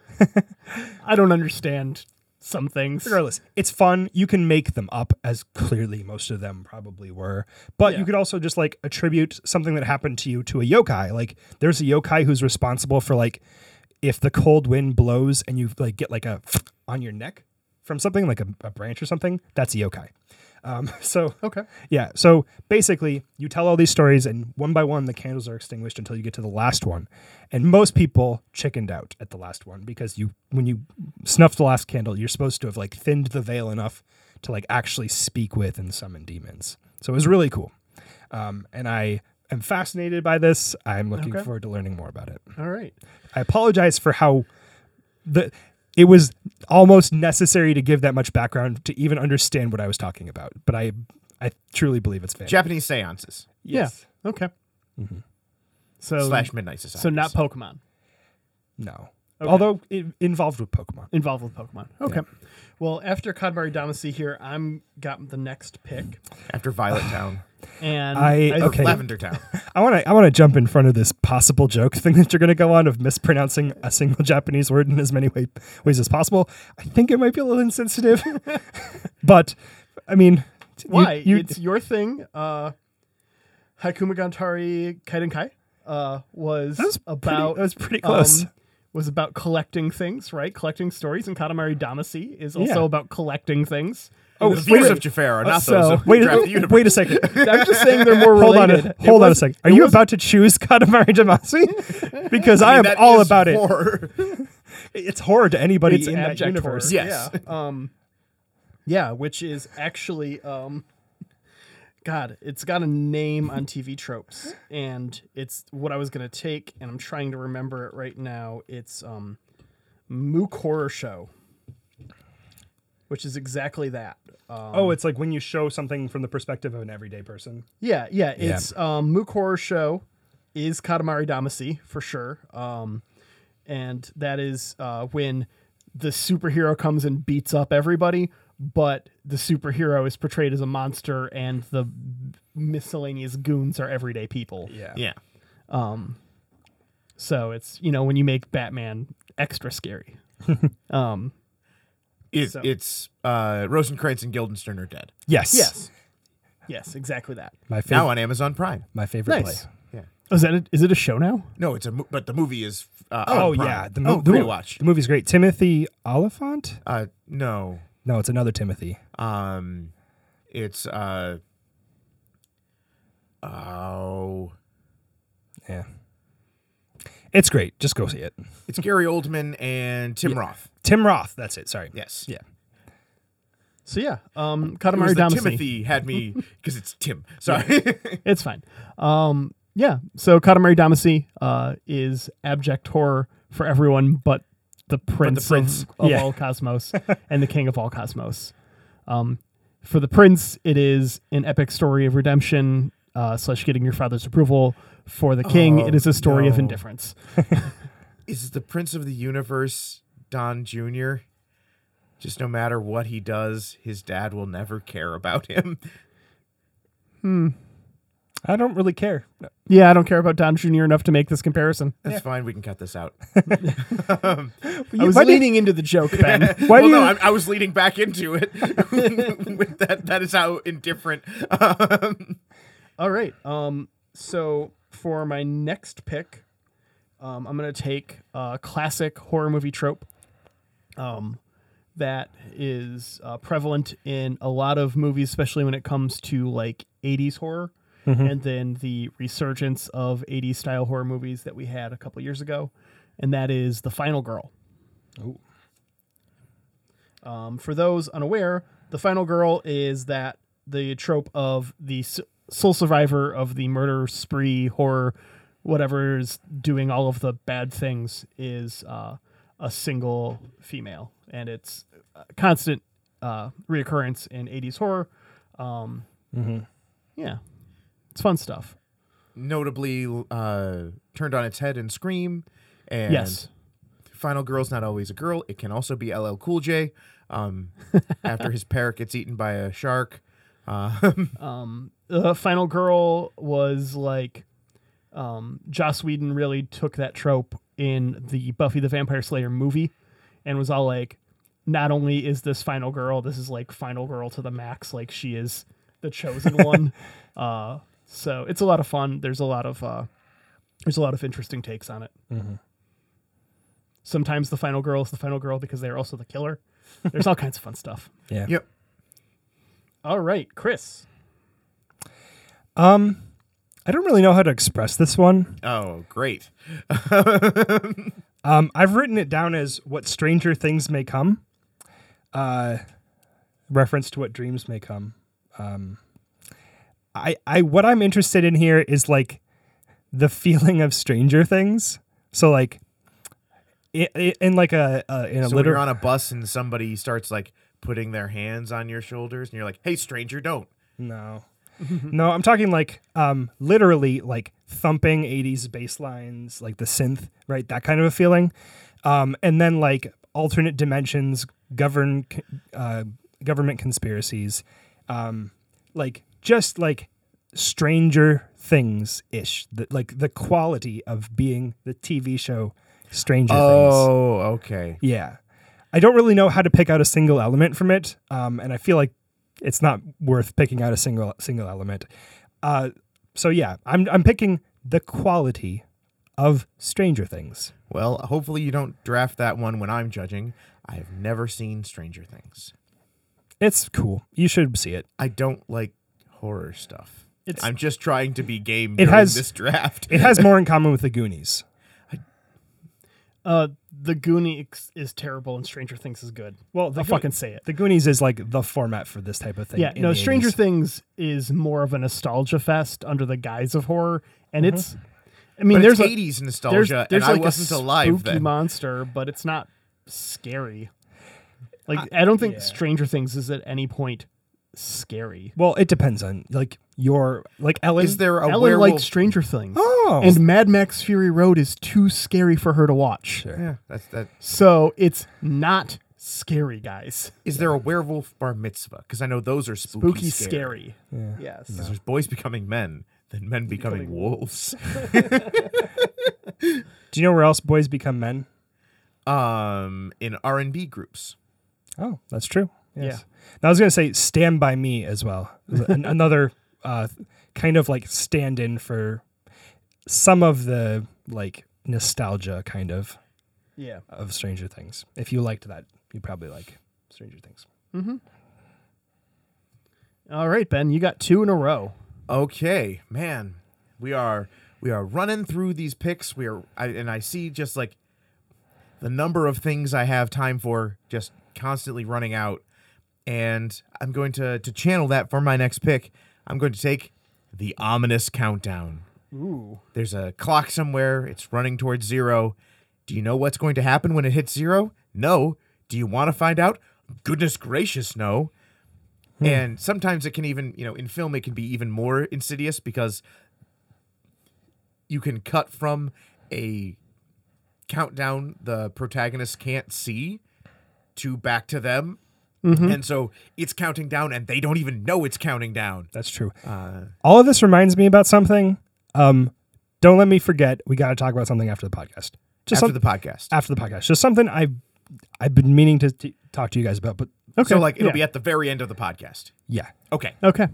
Speaker 2: I don't understand some things.
Speaker 1: regardless, it's fun. You can make them up as clearly most of them probably were, but you
Speaker 2: Yeah.
Speaker 1: could also just like attribute something that happened to you to a yokai. Like there's a yokai who's responsible for like if the cold wind blows and you like get like a on your neck from something like a, a branch or something, that's a yokai. Um, so
Speaker 2: Okay.
Speaker 1: yeah. So basically, you tell all these stories, and one by one, the candles are extinguished until you get to the last one. And most people chickened out at the last one because you, when you snuff the last candle, you're supposed to have like thinned the veil enough to like actually speak with and summon demons. So it was really cool, um, and I am fascinated by this. I'm looking
Speaker 2: Okay.
Speaker 1: forward to learning more about it.
Speaker 2: All right.
Speaker 1: I apologize for how the it was almost necessary to give that much background to even understand what I was talking about, but I I truly believe it's fan.
Speaker 4: Japanese seances
Speaker 2: Yeah. Okay.
Speaker 1: Mm-hmm.
Speaker 2: So
Speaker 4: slash Midnight Society.
Speaker 2: so not Pokemon
Speaker 1: No. Although it involved with Pokemon.
Speaker 2: involved with Pokemon. Okay. Well, after Kodmari Damacy here, I'm got the next pick,
Speaker 4: after Violet Town,
Speaker 2: and
Speaker 1: I- okay.
Speaker 4: Lavender Town.
Speaker 1: I want to I want to jump in front of this possible joke thing that you're going to go on of mispronouncing a single Japanese word in as many way, ways as possible. I think it might be a little insensitive, but I mean, you-
Speaker 2: Why?
Speaker 1: you-
Speaker 2: it's your thing. Uh, Hakuma Gantari Kaiden Kai uh, was,
Speaker 1: was pretty-
Speaker 2: about. um,
Speaker 1: that was pretty close.
Speaker 2: was about collecting things, right? Collecting stories, and Katamari Damacy is also
Speaker 1: Yeah.
Speaker 2: about collecting things.
Speaker 1: oh,
Speaker 4: The
Speaker 1: wait,
Speaker 4: views of Jafar are not those
Speaker 1: so
Speaker 4: of
Speaker 1: wait,
Speaker 4: Draft the
Speaker 1: a,
Speaker 4: Universe.
Speaker 1: wait a second.
Speaker 2: I'm just saying they're more
Speaker 1: Hold on, a,
Speaker 2: related. It
Speaker 1: hold on a
Speaker 2: was-
Speaker 1: second.
Speaker 2: it
Speaker 1: Are you
Speaker 2: was-
Speaker 1: about to choose Katamari Damacy? because I, am
Speaker 4: That
Speaker 1: all
Speaker 4: is
Speaker 1: about it.
Speaker 4: horror.
Speaker 1: It's horror to anybody
Speaker 2: It's
Speaker 1: in that
Speaker 2: abject
Speaker 1: universe.
Speaker 2: horror.
Speaker 4: Yes.
Speaker 2: Yeah. Um, yeah, which is actually, um, God, it's got a name on TV tropes, and it's what I was gonna take, and I'm trying to remember it right now. It's um, Mook Horror Show, which is exactly that. Um,
Speaker 1: Oh, it's like when you show something from the perspective of an everyday person.
Speaker 2: yeah, yeah, it's um, Mook Horror Show is Katamari Damacy for sure, um, and that is uh, when the superhero comes and beats up everybody, but the superhero is portrayed as a monster, and the miscellaneous goons are everyday people.
Speaker 1: Yeah.
Speaker 4: yeah.
Speaker 2: So it's you know when you make Batman extra scary. um,
Speaker 4: It,
Speaker 2: So-
Speaker 4: It's uh, Rosencrantz and Guildenstern are dead.
Speaker 1: Yes.
Speaker 2: yes, yes, exactly that.
Speaker 1: My
Speaker 4: Now
Speaker 1: favorite.
Speaker 4: on Amazon Prime.
Speaker 1: My favorite
Speaker 2: Nice.
Speaker 1: play.
Speaker 2: Oh, is that a, is it a show now?
Speaker 4: No, it's a mo- but the movie is. Uh,
Speaker 1: Oh
Speaker 4: on Prime.
Speaker 1: yeah, the,
Speaker 4: oh,
Speaker 1: the
Speaker 4: great
Speaker 1: mo-
Speaker 4: watch.
Speaker 1: The movie's great. Timothy Oliphant?
Speaker 4: Uh, no,
Speaker 1: No, it's another Timothy.
Speaker 4: um, it's uh, oh,
Speaker 1: Yeah, it's great. Just go see it.
Speaker 4: it's Gary Oldman and Tim Roth.
Speaker 1: Tim Roth. That's it. Sorry.
Speaker 4: Yes.
Speaker 1: Yeah.
Speaker 2: So yeah, um,
Speaker 4: It was
Speaker 2: Katamari
Speaker 4: that
Speaker 2: Damacy.
Speaker 4: Timothy had me because it's Tim. Sorry.
Speaker 2: It's fine. Um, yeah. So Katamari Damacy uh, is abject horror for everyone but the prince,
Speaker 4: prince.
Speaker 2: of, of
Speaker 1: Yeah.
Speaker 2: all cosmos and the king of all cosmos. Um, for the prince, it is an epic story of redemption uh, slash getting your father's approval. For the king, it is a story of
Speaker 4: no.
Speaker 2: indifference.
Speaker 4: is the Prince of the Universe Don Jr. Just no matter what he does, his dad will never care about him.
Speaker 1: I don't really care.
Speaker 2: Yeah, I don't care about Don Jr. enough to make this comparison.
Speaker 4: That's fine. We can cut this out.
Speaker 2: I was
Speaker 1: why do you-
Speaker 2: leaning into the joke, Ben.
Speaker 1: Why
Speaker 4: well,
Speaker 1: do
Speaker 4: no,
Speaker 1: you-
Speaker 4: I'm- I, was leading back into it. With that, that is how indifferent. Um,
Speaker 2: All right. Um, so for my next pick, um, I'm going to take a classic horror movie trope um, that is uh, prevalent in a lot of movies, especially when it comes to like 80s horror. And then the resurgence of 80s style horror movies that we had a couple years ago, and that is The Final Girl. Um, for those unaware, the final girl is that the trope of the s- sole survivor of the murder spree, horror, whatever is doing all of the bad things is uh, a single female, and it's a constant uh, reoccurrence in '80s horror. Um, Yeah, it's fun stuff.
Speaker 4: notably uh, turned on its head in Scream. And
Speaker 2: yes,
Speaker 4: Final Girl's not always a girl. It can also be LL Cool J. Um, after his parrot gets eaten by a shark. Um,
Speaker 2: the final girl was like um, Joss Whedon really took that trope in the Buffy the Vampire Slayer movie and was all like, not only is this final girl, this is like final girl to the max. Like she is the chosen one. Uh, so it's a lot of fun. There's a lot of uh, there's a lot of interesting takes on it. Sometimes the final girl is the final girl because they're also the killer. There's all kinds of fun stuff.
Speaker 1: Yeah.
Speaker 4: yep.
Speaker 2: All right, Chris.
Speaker 1: Um, I don't really know how to express this one.
Speaker 4: Oh, great.
Speaker 1: Um, I've written it down as what stranger things may come. Uh, reference to what dreams may come. Um, I, I, what I'm interested in here is like the feeling of stranger things. So like, i i in like a, uh, in a
Speaker 4: So when
Speaker 1: literal,
Speaker 4: you're on a bus and somebody starts like putting their hands on your shoulders and you're like, "Hey, stranger, don't."
Speaker 1: No. no, I'm talking like um literally like thumping 80s bass lines, like the synth, right? That kind of a feeling. Um and then like alternate dimensions, govern uh government conspiracies. Um like just like stranger things ish. The, like the quality of being the TV show Stranger
Speaker 4: Oh,
Speaker 1: Things.
Speaker 4: okay.
Speaker 1: Yeah. I don't really know how to pick out a single element from it. Um, and I feel like it's not worth picking out a single single element. Uh, so yeah, I'm I'm picking the quality of Stranger Things.
Speaker 4: Well, hopefully you don't draft that one when I'm judging. I've never seen Stranger Things.
Speaker 1: It's cool. You should see it.
Speaker 4: I don't like horror stuff.
Speaker 2: It's-
Speaker 4: I'm just trying to be game
Speaker 1: It
Speaker 4: during
Speaker 1: has-
Speaker 4: this draft.
Speaker 1: It has more in common with the Goonies.
Speaker 2: Uh, the Goonies is terrible and Stranger Things is good.
Speaker 1: Well, the
Speaker 2: I'll fucking say it.
Speaker 1: The Goonies is like the format for this type of thing.
Speaker 2: yeah,
Speaker 1: in
Speaker 2: no,
Speaker 1: the
Speaker 2: Stranger
Speaker 1: 80s.
Speaker 2: Things is more of a nostalgia fest under the guise of horror, and it's. I mean,
Speaker 4: Mm-hmm. But
Speaker 2: there's a-
Speaker 4: it's 80s nostalgia,
Speaker 2: there's,
Speaker 4: and
Speaker 2: there's
Speaker 4: I
Speaker 2: like
Speaker 4: wasn't
Speaker 2: a
Speaker 4: alive
Speaker 2: spooky
Speaker 4: then.
Speaker 2: monster, but it's not scary. Like I, don't think
Speaker 1: yeah.
Speaker 2: Stranger Things is at any point scary.
Speaker 1: Well, it depends on like your like Ellen.
Speaker 4: Is there a
Speaker 2: Ellen
Speaker 4: werewolf?
Speaker 2: likes Stranger Things,
Speaker 1: Oh.
Speaker 2: and Mad Max Fury Road is too scary for her to watch.
Speaker 4: yeah, that's that.
Speaker 2: So it's not scary, guys.
Speaker 4: Is there a werewolf bar mitzvah? Because I know those are spooky,
Speaker 2: Spooky, scary. Yes.
Speaker 4: Because there's boys becoming men, then men becoming, wolves.
Speaker 1: Do you know where else boys become men?
Speaker 4: um, in R and B groups.
Speaker 1: Oh, that's true. Yes. Now I was going to say Stand By Me as well. Is an- Another uh, kind of like stand in for some of the like nostalgia kind of
Speaker 2: Yeah.
Speaker 1: of Stranger Things. If you liked that, you probably like Stranger Things.
Speaker 2: All right, Ben, you got two in a row.
Speaker 4: Okay, man, we are we are running through these picks. We are, I, and I see just like the number of things I have time for just constantly running out. and I'm going to to channel that for my next pick. I'm going to take the ominous countdown.
Speaker 2: Ooh.
Speaker 4: There's a clock somewhere. It's running towards zero. Do you know what's going to happen when it hits zero? No. Do you want to find out? Goodness gracious, no. And sometimes it can even, you know, in film, it can be even more insidious because you can cut from a countdown the protagonist can't see to back to them. And so it's counting down and they don't even know it's counting down.
Speaker 1: That's true.
Speaker 4: Uh,
Speaker 1: All of this reminds me about something. Um, don't let me forget. We got to talk about something after the podcast. Just
Speaker 4: After
Speaker 1: some- Ah,
Speaker 4: the podcast.
Speaker 1: after the podcast. Just something I have I've been meaning to t- talk to you guys about, but
Speaker 4: So, like, it'll
Speaker 2: yeah.
Speaker 4: be at the very end of the podcast.
Speaker 1: yeah.
Speaker 4: Okay.
Speaker 2: Okay.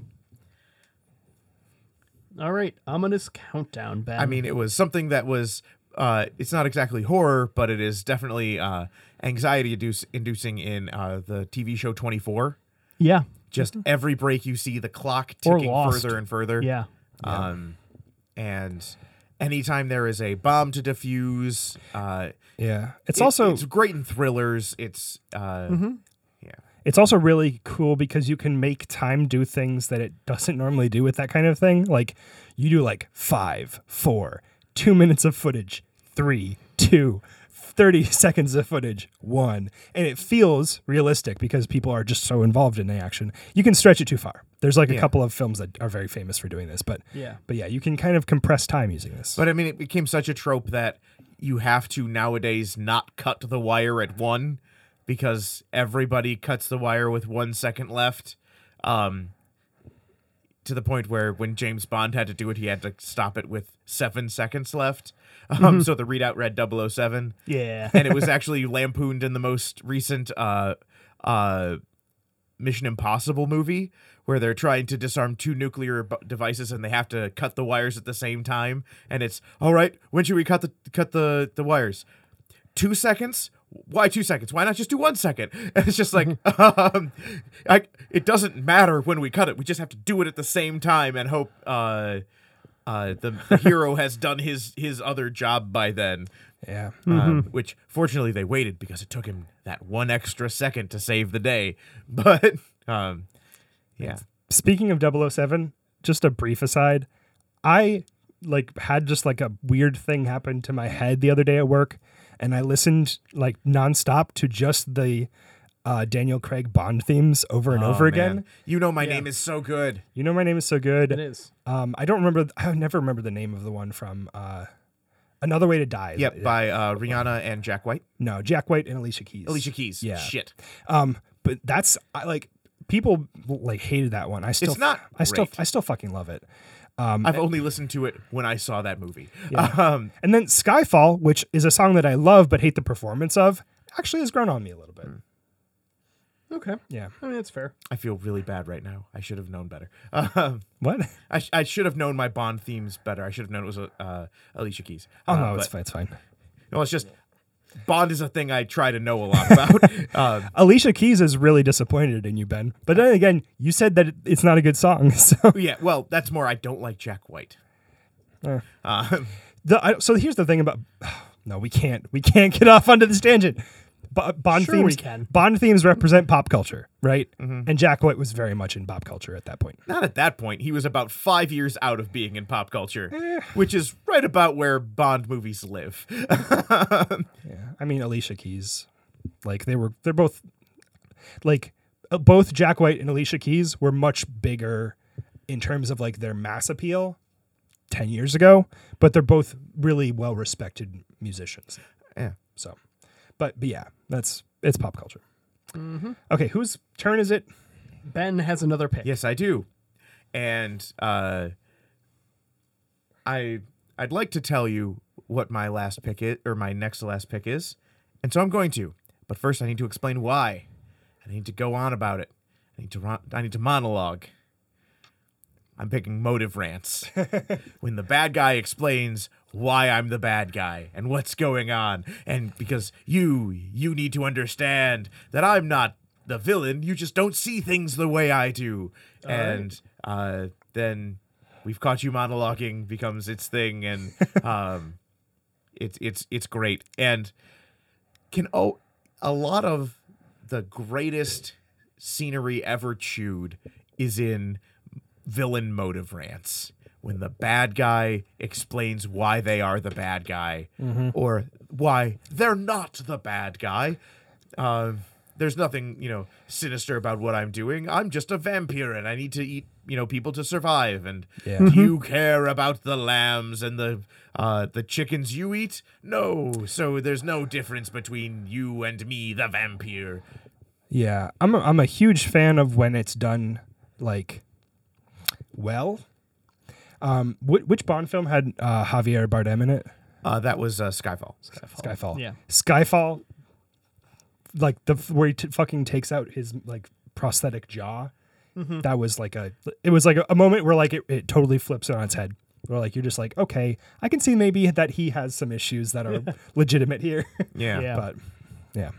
Speaker 2: All right. Ominous countdown. Ben.
Speaker 4: I mean, it was something that was. Uh, it's not exactly horror, but it is definitely uh, anxiety induce- inducing in uh, the TV show 24.
Speaker 2: Yeah.
Speaker 4: Just every break you see the clock
Speaker 2: Mm-hmm. Or
Speaker 4: ticking
Speaker 2: Lost.
Speaker 4: further and further.
Speaker 2: Yeah.
Speaker 4: Um, and anytime there is a bomb to defuse, uh,
Speaker 1: Yeah. It's
Speaker 4: it-
Speaker 1: also
Speaker 4: it's great in thrillers. It's uh,
Speaker 2: Mm-hmm.
Speaker 4: yeah,
Speaker 1: it's also really cool because you can make time do things that it doesn't normally do with that kind of thing. Like you do like five, four, two minutes of footage, three, two, 30 seconds of footage, one. And it feels realistic because people are just so involved in the action. You can stretch it too far. There's like a couple of films that are very famous for doing this, but
Speaker 2: Yeah.
Speaker 1: but yeah, you can kind of compress time using this.
Speaker 4: But I mean, it became such a trope that you have to nowadays not cut the wire at one because everybody cuts the wire with one second left. Um, to the point where when James Bond had to do it, he had to stop it with seven seconds left. Um, So the readout read 007.
Speaker 2: Yeah.
Speaker 4: and it was actually lampooned in the most recent uh, uh, Mission Impossible movie where they're trying to disarm two nuclear b- devices and they have to cut the wires at the same time. And it's all right. When should we cut the cut the the wires? Two seconds. Why two seconds? Why not just do one second? And it's just like, um, I, it doesn't matter when we cut it. We just have to do it at the same time and hope uh, uh, the, the hero has done his his other job by then
Speaker 1: yeah.
Speaker 4: um, which fortunately they waited because it took him that one extra second to save the day. But um, yeah,
Speaker 1: speaking of 007 just a brief aside i like had just like a weird thing happen to my head the other day at work and i listened like nonstop to just the uh, daniel craig bond themes over and over
Speaker 4: Oh,
Speaker 1: again
Speaker 4: man. You know my name is so good.
Speaker 1: you know my name is so good
Speaker 2: it is.
Speaker 1: um i don't remember i never remember the name of the one from uh another way to die
Speaker 4: Yep, by uh, Rihanna and Jack White,
Speaker 1: no jack white and alicia keys
Speaker 4: Alicia Keys.
Speaker 1: Yeah.
Speaker 4: shit.
Speaker 1: Um, but that's I, like people like hated that one. I still
Speaker 4: not
Speaker 1: I still
Speaker 4: great.
Speaker 1: I still fucking love it. Um,
Speaker 4: I've only listened to it when I saw that movie. Um,
Speaker 1: And then Skyfall, which is a song that I love but hate the performance of, actually has grown on me a little bit.
Speaker 2: Hmm. Okay.
Speaker 1: Yeah.
Speaker 2: I mean, that's fair.
Speaker 4: I feel really bad right now. I should have known better. Um,
Speaker 2: Uh,
Speaker 1: What?
Speaker 4: I, sh- I should have known my Bond themes better. I should have known it was uh, Alicia Keys.
Speaker 1: Oh
Speaker 4: Uh,
Speaker 1: no, it's
Speaker 4: but-
Speaker 1: fine. It's fine.
Speaker 4: No, it's just Bond is a thing I try to know a lot about. um,
Speaker 1: Alicia Keys is really disappointed in you, Ben. But then again, you said that it- it's not a good song. So
Speaker 4: yeah, well, that's more I don't like Jack White.
Speaker 1: Eh.
Speaker 4: Um,
Speaker 1: the, I, so here's the thing about no, we can't we can't get off onto this tangent. Bo- Bond
Speaker 2: Sure we
Speaker 1: themes
Speaker 2: can. Mm-hmm.
Speaker 1: Bond themes represent pop culture, right? And Jack White was very much in pop culture at that point.
Speaker 4: Not at that point. He was about five years out of being in pop
Speaker 1: Eh.
Speaker 4: culture, which is right about where Bond movies live.
Speaker 1: I mean, Alicia Keys, like they were, they're both, like uh, both Jack White and Alicia Keys were much bigger in terms of like their mass appeal ten years ago, but they're both really well respected musicians.
Speaker 4: Yeah.
Speaker 1: So, but, but yeah, that's it's pop culture. Okay, whose turn is it?
Speaker 2: Ben has another pick.
Speaker 4: Yes, I do. And uh, I I'd like to tell you what my last pick is, or my next to last pick is, and so I'm going to. But first, I need to explain why. I need to go on about it. I need to ron- I need to monologue. I'm picking motive rants. when the bad guy explains why I'm the bad guy and what's going on, and because you you need to understand that I'm not the villain. You just don't see things the way I do, and uh, then we've caught you monologuing becomes its thing, and um, it's it's it's great. And can oh, a lot of the greatest scenery ever chewed is in villain motive rants when the bad guy explains why they are the bad guy or why they're not the bad guy. Um, there's nothing, you know, sinister about what I'm doing. I'm just a vampire and I need to eat, you know, people to survive. And do you care about the lambs and the uh, the chickens you eat? No. So there's no difference between you and me, the vampire.
Speaker 1: Yeah, I'm a, I'm a huge fan of when it's done like well. Um, wh- which Bond film had uh, Javier Bardem in it?
Speaker 4: Uh, that was uh, Skyfall.
Speaker 1: Skyfall.
Speaker 2: Yeah.
Speaker 1: Skyfall. Like the f- where he t- fucking takes out his like prosthetic jaw.
Speaker 2: Mm-hmm.
Speaker 1: That was like a. It was like a, a moment where like it, it totally flips on its head. Where like you're just like, okay, I can see maybe that he has some issues that are legitimate here.
Speaker 4: Yeah.
Speaker 2: Yeah.
Speaker 1: but yeah.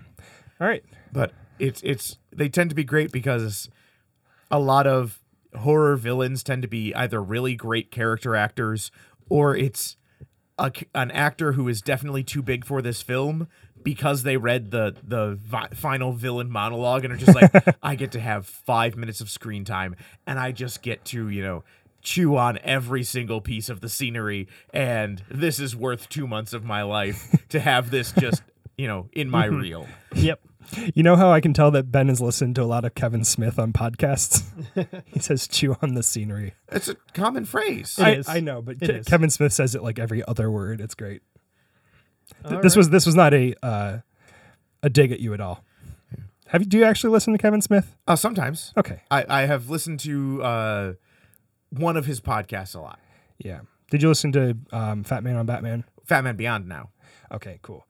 Speaker 1: All right.
Speaker 4: But it's it's they tend to be great because a lot of horror villains tend to be either really great character actors or it's a, c- an actor who is definitely too big for this film because they read the the vi- final villain monologue and are just like I get to have 5 minutes of screen time and I just get to, you know, chew on every single piece of the scenery and this is worth 2 months of my life to have this just, you know, in my reel.
Speaker 2: Yep.
Speaker 1: You know how I can tell that Ben has listened to a lot of Kevin Smith on podcasts? he says, chew on the scenery.
Speaker 4: It's a common phrase.
Speaker 2: It
Speaker 1: I,
Speaker 2: is.
Speaker 1: I know, but
Speaker 2: It
Speaker 1: Ke-
Speaker 2: is.
Speaker 1: Kevin Smith says it like every other word. It's great. Th-
Speaker 2: All
Speaker 1: this
Speaker 2: right.
Speaker 1: was this was not a uh, a dig at you at all. Have you do you actually listen to Kevin Smith?
Speaker 4: Uh, sometimes.
Speaker 1: Okay.
Speaker 4: I, I have listened to uh, one of his podcasts a lot.
Speaker 1: Yeah. Did you listen to um, Fat Man on Batman?
Speaker 4: Fat Man Beyond now.
Speaker 1: Okay, cool.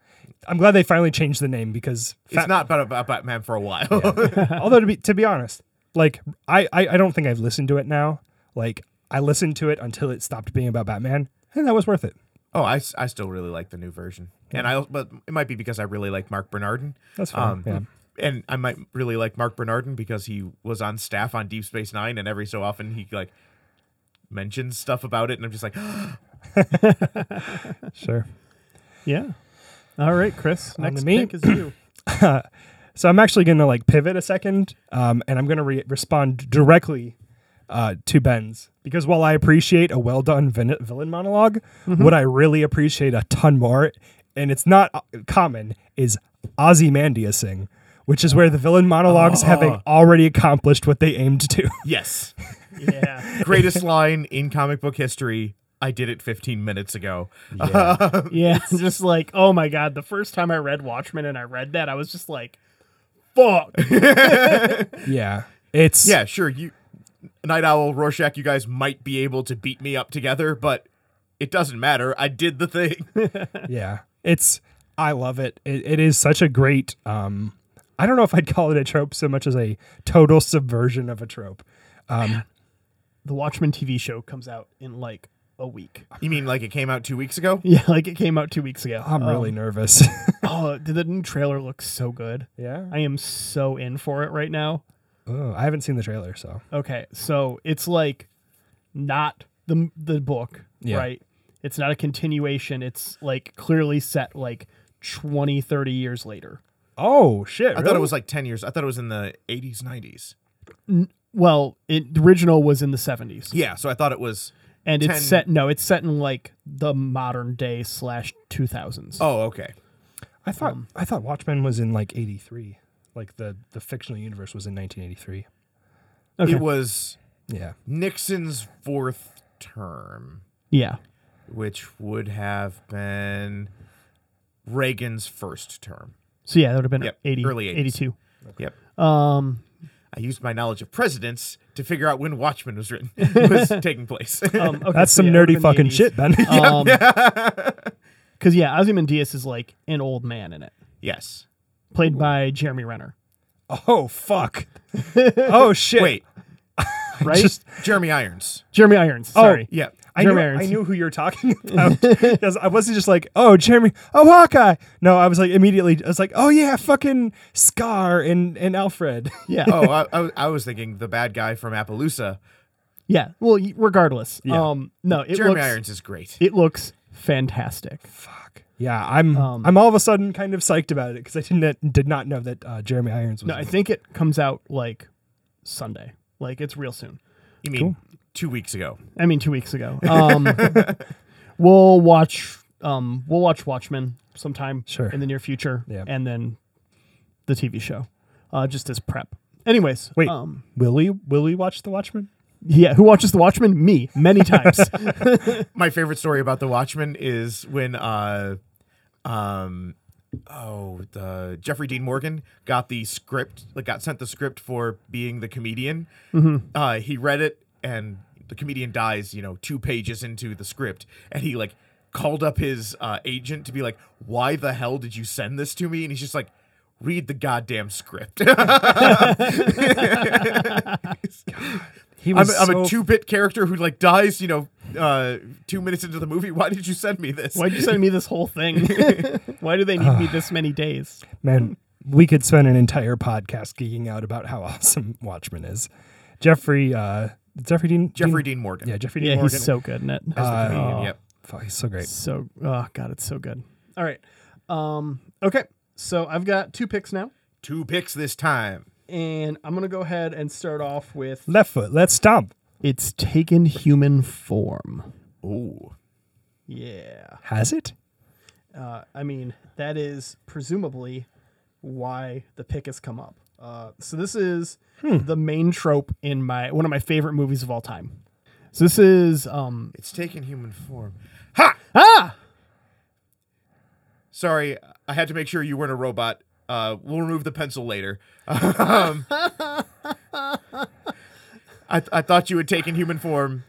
Speaker 1: I'm glad they finally changed the name because Fat
Speaker 4: it's not about, about Batman for a while.
Speaker 1: Although to be to be honest, like I, I I don't think I've listened to it now. Like I listened to it until it stopped being about Batman, and that was worth it.
Speaker 4: oh, I, s- I still really like the new version. And I but it might be because I really like Mark Bernardin. Um,
Speaker 1: That's fine. yeah.
Speaker 4: And I might really like Mark Bernardin because he was on staff on Deep Space Nine, and every so often he like mentions stuff about it, and I'm just like,
Speaker 1: Sure.
Speaker 2: Yeah. All right, Chris.
Speaker 1: On to
Speaker 2: Next
Speaker 1: me.
Speaker 2: pick is you.
Speaker 1: So I'm actually going to like pivot a second, um, and I'm going to re- respond directly uh, to Ben's because while I appreciate a well done vin- villain monolog what I really appreciate a ton more, and it's not uh, common, is Ozymandiasing, which is where the villain monologues having already accomplished what they aimed to.
Speaker 4: yes,
Speaker 2: Yeah.
Speaker 4: greatest line in comic book history. I did it 15 minutes ago.
Speaker 2: Yeah. just like, oh my God. The first time I read Watchmen and I read that, I was just like, fuck.
Speaker 1: yeah, it's
Speaker 4: Yeah, sure. You, Night Owl, Rorschach, you guys might be able to beat me up together, but it doesn't matter. I did the thing.
Speaker 1: yeah it's i love it. it it is such a great um i don't know if i'd call it a trope so much as a total subversion of a trope
Speaker 2: The Watchmen TV show comes out in like a week.
Speaker 4: you mean like it came out two weeks ago?
Speaker 2: Yeah, like it came out two weeks
Speaker 4: Oh,
Speaker 2: ago.
Speaker 1: i'm
Speaker 2: Um,
Speaker 1: really nervous
Speaker 2: Oh, did the new trailer look so good?
Speaker 1: yeah
Speaker 2: I am so in for it right now.
Speaker 1: oh, i haven't seen the trailer so
Speaker 2: Okay, so it's like not the the book,
Speaker 1: Yeah.
Speaker 2: right? It's not a continuation. It's like clearly set like 20, 30 years later.
Speaker 1: oh shit
Speaker 4: I thought it was like 10 years. I thought it was in the 80s, 90s.
Speaker 2: Well, it the original was in the 70s.
Speaker 4: Yeah, so I thought it was.
Speaker 2: And it's
Speaker 4: 10
Speaker 2: set no, it's set in like the modern day slash 2000s.
Speaker 4: Oh, okay.
Speaker 1: i thought i thought watchmen was in like 83 like the the fictional universe was in 1983
Speaker 2: Okay.
Speaker 4: It was
Speaker 1: yeah
Speaker 4: Nixon's fourth term,
Speaker 2: Yeah.
Speaker 4: which would have been Reagan's first term.
Speaker 2: So yeah, that would have been
Speaker 4: Yep,
Speaker 2: 80
Speaker 4: early 80s.
Speaker 2: 82.
Speaker 4: Yep.
Speaker 2: Um
Speaker 4: I used my knowledge of presidents to figure out when Watchmen was written, was taking place.
Speaker 2: um, okay,
Speaker 1: that's
Speaker 2: so
Speaker 1: some
Speaker 2: yeah, it
Speaker 1: nerdy
Speaker 2: would've been the
Speaker 1: fucking
Speaker 2: 80s.
Speaker 1: shit ben
Speaker 2: Um, Because yeah, Ozymandias is like an old man in it,
Speaker 4: yes.
Speaker 2: played by Jeremy Renner,
Speaker 1: oh fuck oh shit
Speaker 4: Wait,
Speaker 2: right?
Speaker 1: Just-
Speaker 4: Jeremy Irons.
Speaker 2: Jeremy Irons. Sorry.
Speaker 4: Yeah.
Speaker 1: I knew,
Speaker 2: Jeremy
Speaker 1: I
Speaker 2: Irons.
Speaker 1: knew who you were talking about. 'Cause I wasn't just like, oh, Jeremy, oh, Hawkeye. No, I was like immediately, I was like, oh, yeah, fucking Scar and, and Alfred.
Speaker 2: Yeah.
Speaker 4: oh, I, I, was- I was thinking the bad guy from Appaloosa.
Speaker 2: Yeah. Well, y- regardless. Um. No. It
Speaker 4: Jeremy
Speaker 2: looks,
Speaker 4: Irons is great.
Speaker 2: It looks fantastic.
Speaker 1: Fuck. Yeah, I'm
Speaker 2: Um,
Speaker 1: I'm all of a sudden kind of psyched about it because I didn't did not know that uh, Jeremy Irons was.
Speaker 2: No, I think it comes out like Sunday. Like it's real soon.
Speaker 4: You mean two weeks ago?
Speaker 2: I mean, two weeks ago. Um, we'll watch. Um, we'll watch Watchmen sometime
Speaker 1: Sure.
Speaker 2: in the near future,
Speaker 1: Yeah.
Speaker 2: and then the TV show, uh, just as prep. Anyways,
Speaker 1: Wait,
Speaker 2: Um,
Speaker 1: will we will we watch The Watchmen?
Speaker 2: yeah, who watches The Watchmen? Me, many times.
Speaker 4: my favorite story about the Watchmen is when uh um oh the Jeffrey Dean Morgan got the script like got sent the script for being the comedian.
Speaker 1: Mm-hmm.
Speaker 4: Uh he read it and the comedian dies, you know, two pages into the script and he like called up his uh agent to be like, "Why the hell did you send this to me?" and he's just like Read the goddamn script.
Speaker 1: He
Speaker 4: I'm,
Speaker 1: was
Speaker 4: I'm
Speaker 1: so
Speaker 4: a two-bit character who like dies, you know, uh, two minutes into the movie. Why did you send me this?
Speaker 2: Why'd you send me this whole thing? Why do they need me this many days?
Speaker 1: man. We could spend an entire podcast geeking out about how awesome Watchmen is. Jeffrey uh, Jeffrey Dean
Speaker 4: Jeffrey Dean Morgan.
Speaker 1: yeah Jeffrey Dean
Speaker 2: Yeah,
Speaker 1: Morgan
Speaker 2: he's so good in it.
Speaker 4: As the comedian, yep.
Speaker 1: Fuck, he's so great.
Speaker 2: So, oh god, it's so good. All right. Um, okay, so I've got two picks now,
Speaker 4: Two picks this time.
Speaker 2: and I'm gonna go ahead and start off with
Speaker 1: Left foot, let's stomp.
Speaker 2: It's taken human form.
Speaker 4: Ooh.
Speaker 2: Yeah.
Speaker 1: Has it?
Speaker 2: Uh, I mean, that is presumably why the pick has come up. Uh, so this is the main trope in my one of my favorite movies of all time. So this is um,
Speaker 4: It's taken human form.
Speaker 2: ah
Speaker 4: Sorry, I had to make sure you weren't a robot. Uh, we'll remove the pencil later. um, I, th- I thought you had taken human form,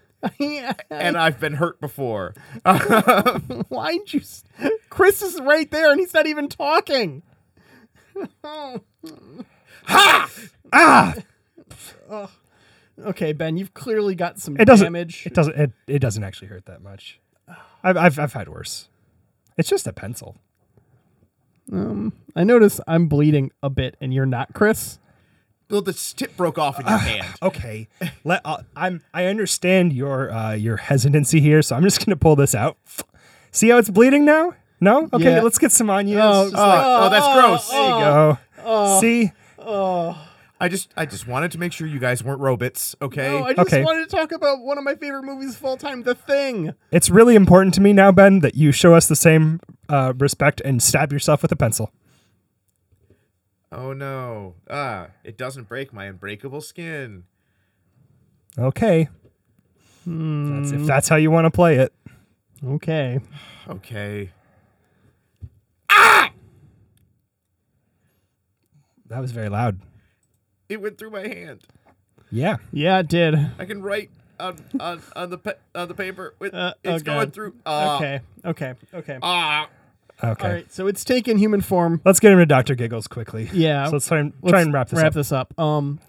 Speaker 4: and I've been hurt before.
Speaker 2: why'd you? s- Chris is right there, and he's not even talking. ha ah. Okay, Ben, you've clearly got some
Speaker 1: It doesn't.
Speaker 2: damage.
Speaker 1: It doesn't. It, it doesn't actually hurt that much. I've, I've I've had worse. It's just a pencil.
Speaker 2: I notice I'm bleeding a bit, and you're not, Chris.
Speaker 4: Well, the tip broke off in your hand.
Speaker 1: Okay, let uh, I'm I understand your uh, your hesitancy here, so I'm just gonna pull this out. See how it's bleeding now? No? Okay,
Speaker 2: Yeah.
Speaker 1: let's get some onions.
Speaker 2: Oh,
Speaker 1: Just
Speaker 4: Oh,
Speaker 1: like-
Speaker 4: oh, that's gross.
Speaker 1: there you go. See,
Speaker 4: I just, I just wanted to make sure you guys weren't robots. Okay.
Speaker 2: No, Oh, I just
Speaker 1: Okay.
Speaker 2: wanted to talk about one of my favorite movies of all time, The Thing.
Speaker 1: it's really important to me now, Ben, that you show us the same uh, respect and stab yourself with a pencil.
Speaker 4: oh no. Ah, it doesn't break my unbreakable skin.
Speaker 1: Okay. That's,
Speaker 2: Hmm.
Speaker 1: if that's how you want to play it.
Speaker 2: Okay.
Speaker 4: Okay.
Speaker 1: That was very loud.
Speaker 4: It went through my hand.
Speaker 1: Yeah.
Speaker 2: Yeah, it did.
Speaker 4: I can write on on, on the pe- on the paper. With,
Speaker 2: Uh, oh,
Speaker 4: it's going
Speaker 2: God.
Speaker 4: through. Ah,
Speaker 2: okay. Okay. Okay.
Speaker 4: Ah.
Speaker 1: Okay.
Speaker 2: all right. So it's taken human form.
Speaker 1: Let's get him to Dr. Giggles quickly.
Speaker 2: Yeah.
Speaker 1: So let's try and,
Speaker 2: Let's
Speaker 1: try and wrap this up.
Speaker 2: up. Um,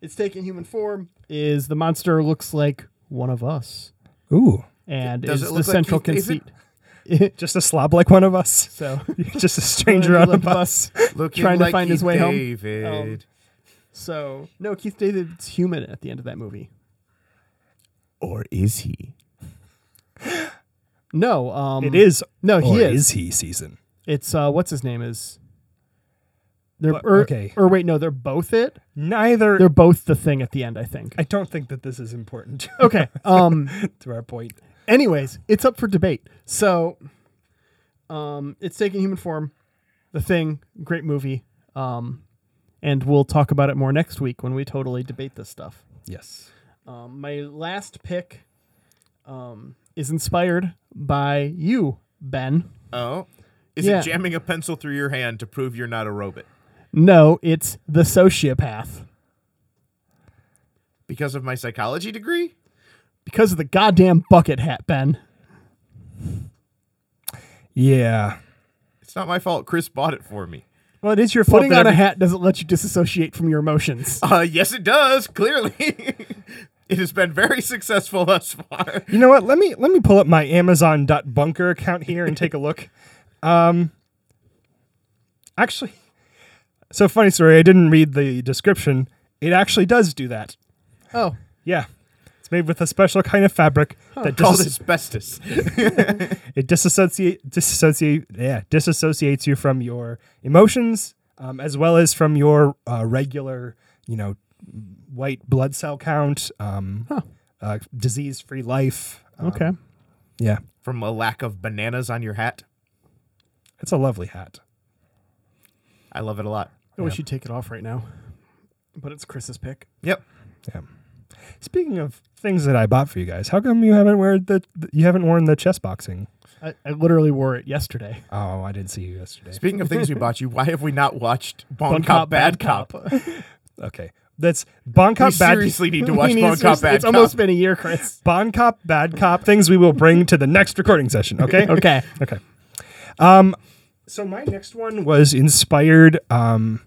Speaker 2: it's taken human form. Is the monster looks like one of us,
Speaker 1: Ooh.
Speaker 2: and is
Speaker 4: Does it
Speaker 2: the
Speaker 4: look like
Speaker 2: central
Speaker 4: Keith David?
Speaker 2: conceit.
Speaker 1: Just a slob like one of us.
Speaker 2: So
Speaker 1: Just a stranger on a
Speaker 2: Left
Speaker 1: bus.
Speaker 4: Looking
Speaker 2: Trying to
Speaker 4: like
Speaker 2: find his
Speaker 4: Keith
Speaker 2: way home. Um,
Speaker 4: David.
Speaker 2: so no, Keith David's human at the end of that movie.
Speaker 4: Or is he?
Speaker 2: No. Um,
Speaker 1: It is.
Speaker 2: No,
Speaker 1: or
Speaker 2: he is.
Speaker 1: is Oh, he season?
Speaker 2: It's uh, what's his name is. They're
Speaker 1: But-
Speaker 2: or,
Speaker 1: okay.
Speaker 2: or wait, no, they're both it.
Speaker 1: Neither.
Speaker 2: They're both the thing at the end, I think.
Speaker 1: I don't think that this is important to,
Speaker 2: Okay. Um.
Speaker 1: to our point.
Speaker 2: anyways, it's up for debate. So, um, it's taking human form. The thing, great movie. Um, and we'll talk about it more next week when we totally debate this stuff.
Speaker 1: Yes.
Speaker 2: Um, my last pick, um, is inspired by you, Ben.
Speaker 4: Oh. Is
Speaker 2: Yeah.
Speaker 4: it jamming a pencil through your hand to prove you're not a robot?
Speaker 2: No, it's the sociopath
Speaker 4: Because of my psychology degree?
Speaker 2: because of the goddamn bucket hat, Ben.
Speaker 1: Yeah.
Speaker 4: It's not my fault. Chris bought it for me.
Speaker 1: Well, it is your fault.
Speaker 2: Putting
Speaker 1: that
Speaker 2: on a
Speaker 1: every-
Speaker 2: hat doesn't let you disassociate from your emotions.
Speaker 4: Uh, yes, it does, clearly. it has been very successful thus far.
Speaker 1: you know what? Let me let me pull up my Amazon.bunker account here and take a look. Um, actually, so funny story. I didn't read the description. It actually does do that.
Speaker 2: Oh,
Speaker 1: Yeah. It's It's made with a special kind of fabric that
Speaker 4: Called
Speaker 1: disasso-
Speaker 4: asbestos.
Speaker 1: it disassociate disassociate yeah disassociates you from your emotions um, as well as from your uh, regular you know white blood cell count um, uh, disease free life um,
Speaker 2: Okay.
Speaker 1: yeah
Speaker 4: From a lack of bananas on your hat.
Speaker 1: it's a lovely hat
Speaker 4: I love it a lot.
Speaker 2: I wish you'd take it off right now. But it's Chris's pick.
Speaker 4: Yep.
Speaker 1: yeah speaking of things that I bought for you guys how come you haven't wear the you haven't worn the chess boxing
Speaker 2: I, I literally wore it yesterday.
Speaker 1: oh I didn't see you yesterday
Speaker 4: Speaking of things we bought you, why have we not watched Bon,
Speaker 2: Bun
Speaker 4: Cop, Bad Cop?
Speaker 1: okay that's Bon Cop
Speaker 4: we
Speaker 1: Bad
Speaker 4: seriously need to
Speaker 2: We
Speaker 4: watch
Speaker 2: need-
Speaker 4: Bon Cop
Speaker 2: seriously,
Speaker 4: Bad
Speaker 2: It's
Speaker 4: Cop.
Speaker 2: almost been a year, Chris.
Speaker 1: Bon Cop Bad Cop things we will bring to the next recording session okay
Speaker 2: Okay.
Speaker 1: Okay. Um, so my next one was inspired um,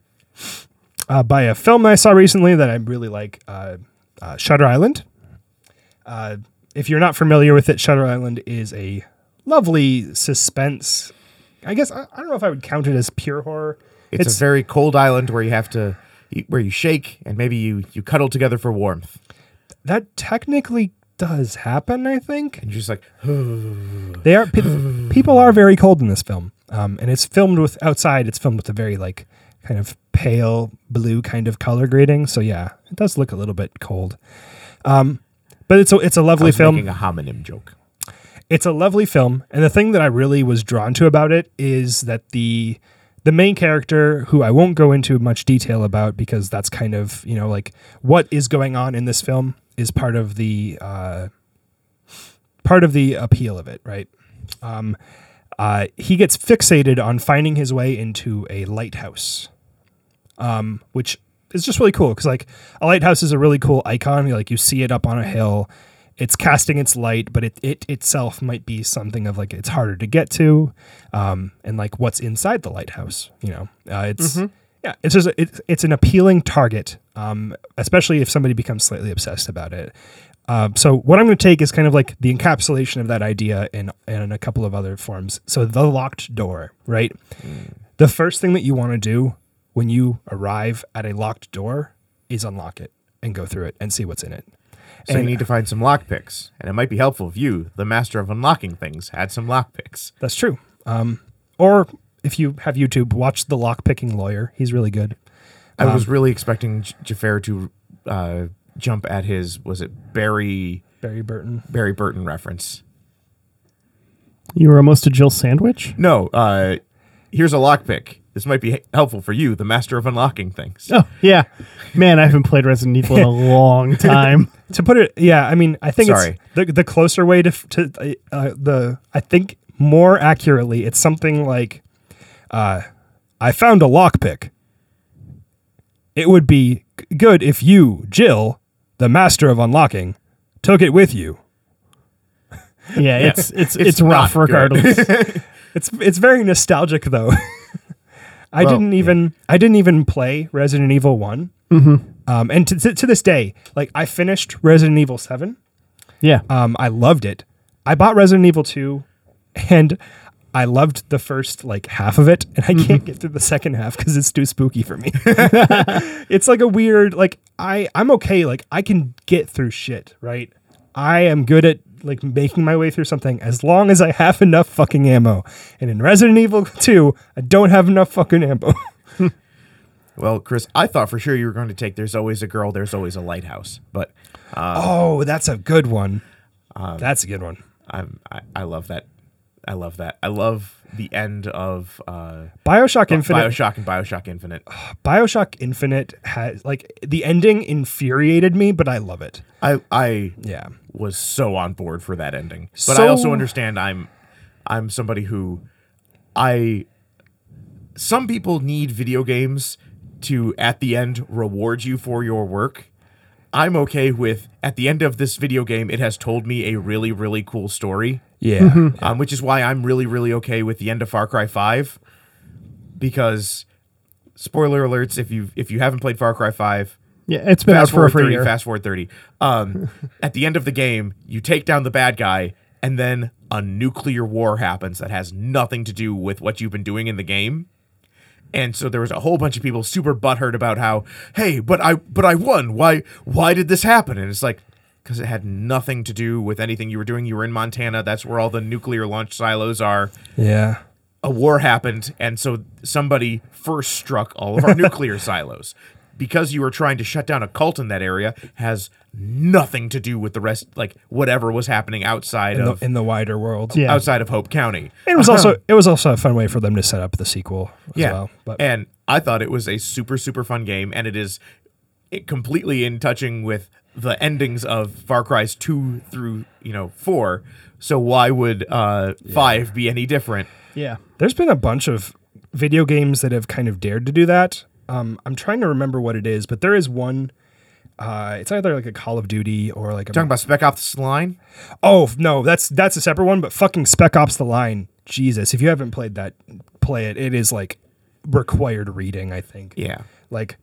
Speaker 1: uh, by a film I saw recently that I really like, uh, uh, Shutter Island. Uh, if you're not familiar with it, Shutter Island is a lovely suspense. I guess I, I don't know if I would count it as pure horror.
Speaker 4: It's, a very cold island where you have to, where you shake and maybe you you cuddle together for warmth.
Speaker 1: that technically does happen. I think
Speaker 4: And you're just like,
Speaker 1: They are pe- people are very cold in this film, um, and it's filmed with outside. It's filmed with a very like kind of pale blue kind of color grading. So yeah, it does look a little bit cold. Um, but it's a it's a
Speaker 4: I
Speaker 1: lovely
Speaker 4: was
Speaker 1: film.
Speaker 4: making a homonym joke.
Speaker 1: it's a lovely film, and the thing that I really was drawn to about it is that the the main character, who I won't go into much detail about because that's kind of you know like what is going on in this film is part of the uh, part of the appeal of it, right? Um, uh, he gets fixated on finding his way into a lighthouse, um, which is just really cool because like a lighthouse is a really cool icon. You, Like you see it up on a hill, it's casting its light, but it, it itself might be something of like it's harder to get to, um, and like what's inside the lighthouse. You know, uh, it's. Yeah, it's just it's, it's an appealing target, um, especially if somebody becomes slightly obsessed about it. Um, so what I'm going to take is kind of like the encapsulation of that idea in in a couple of other forms. So the locked door, right? The first thing that you want to do when you arrive at a locked door is unlock it and go through it and see what's in it.
Speaker 4: So you need to find some lockpicks, and it might be helpful if you, the master of unlocking things, had some lockpicks.
Speaker 1: That's true. Um, or if you have YouTube, watch the lock picking lawyer. He's really good.
Speaker 4: I was really expecting J- Jafar to uh, jump at his was it Barry
Speaker 1: Barry Burton.
Speaker 4: Barry Burton reference.
Speaker 2: You were almost a Jill sandwich?
Speaker 4: No, uh, here's a lockpick. This might be h- helpful for you, the master of unlocking things.
Speaker 2: Oh, yeah. Man, I haven't played Resident Evil in a long time.
Speaker 1: to put it yeah i mean i think
Speaker 4: Sorry.
Speaker 1: it's the, the closer way to, f- to uh, the i think more accurately it's something like uh, i found a lockpick it would be g- good if you jill the master of unlocking took it with you
Speaker 2: Yeah, it's it's it's,
Speaker 4: It's
Speaker 2: rough
Speaker 4: not good.
Speaker 2: regardless.
Speaker 1: it's it's very nostalgic though i
Speaker 4: Well,
Speaker 1: didn't even i didn't even play resident evil one
Speaker 4: Mm-hmm.
Speaker 1: um, and to, to, to this day like i finished resident evil 7
Speaker 2: yeah.
Speaker 1: Um, I loved it. I bought Resident Evil 2 and I loved the first like half of it and I can't get through the second half cuz it's too spooky for me. it's like a weird like I I'm okay like I can get through shit, right? I am good at like making my way through something as long as I have enough fucking ammo. And in Resident Evil 2, I don't have enough fucking ammo.
Speaker 4: Well, Chris, I thought for sure you were going to take "There's always a girl, there's always a lighthouse," but
Speaker 1: oh, that's a good one. Um, that's a good one.
Speaker 4: I'm, I, I love that. I love that. I love the end of uh,
Speaker 1: BioShock Infinite
Speaker 4: Bioshock and Bioshock Infinite.
Speaker 1: Bioshock Infinite has like the ending infuriated me, but I love it.
Speaker 4: I I
Speaker 1: Yeah.
Speaker 4: was so on board for that ending, but I
Speaker 1: So-
Speaker 4: also understand I'm I'm somebody who I some people need video games to at the end reward you for your work. I'm okay with at the end of this video game, it has told me a really really cool story.
Speaker 1: Yeah.
Speaker 4: um, which is why I'm really, really okay with the end of Far Cry Five, because spoiler alerts if you if you haven't played Far Cry Five,
Speaker 2: Yeah, it's been out
Speaker 4: fast
Speaker 2: for a
Speaker 4: forward
Speaker 2: free
Speaker 4: thirty,
Speaker 2: year.
Speaker 4: fast forward thirty. Um, at the end of the game, you take down the bad guy, and then a nuclear war happens that has nothing to do with what you've been doing in the game. And so there was a whole bunch of people super butthurt about how, hey, but I but I won. Why why did this happen? And it's like, because it had nothing to do with anything you were doing. You were in Montana. That's where all the nuclear launch silos are.
Speaker 1: Yeah.
Speaker 4: A war happened, and so somebody first struck all of our nuclear silos. Because you were trying to shut down a cult in that area has nothing to do with the rest, like whatever was happening outside
Speaker 1: In the,
Speaker 4: of
Speaker 1: in the wider world. Uh-huh.
Speaker 2: Yeah.
Speaker 4: outside of Hope County.
Speaker 1: It was also it was also a fun way for them to set up the sequel as well. But
Speaker 4: and I thought it was a super super fun game, and it is it completely in touching with the endings of Far Cry's two through you know four. So why would uh, five be any different?
Speaker 2: Yeah.
Speaker 1: There's been a bunch of video games that have kind of dared to do that. Um, I'm trying to remember what it is, but there is one. Uh, it's either like a Call of Duty or like a.
Speaker 4: Talking about Spec Ops: The Line,
Speaker 1: oh no, that's that's a separate one. But fucking Spec Ops: The Line, Jesus! If you haven't played that, play it. It is like required reading. I think.
Speaker 4: yeah,
Speaker 1: Like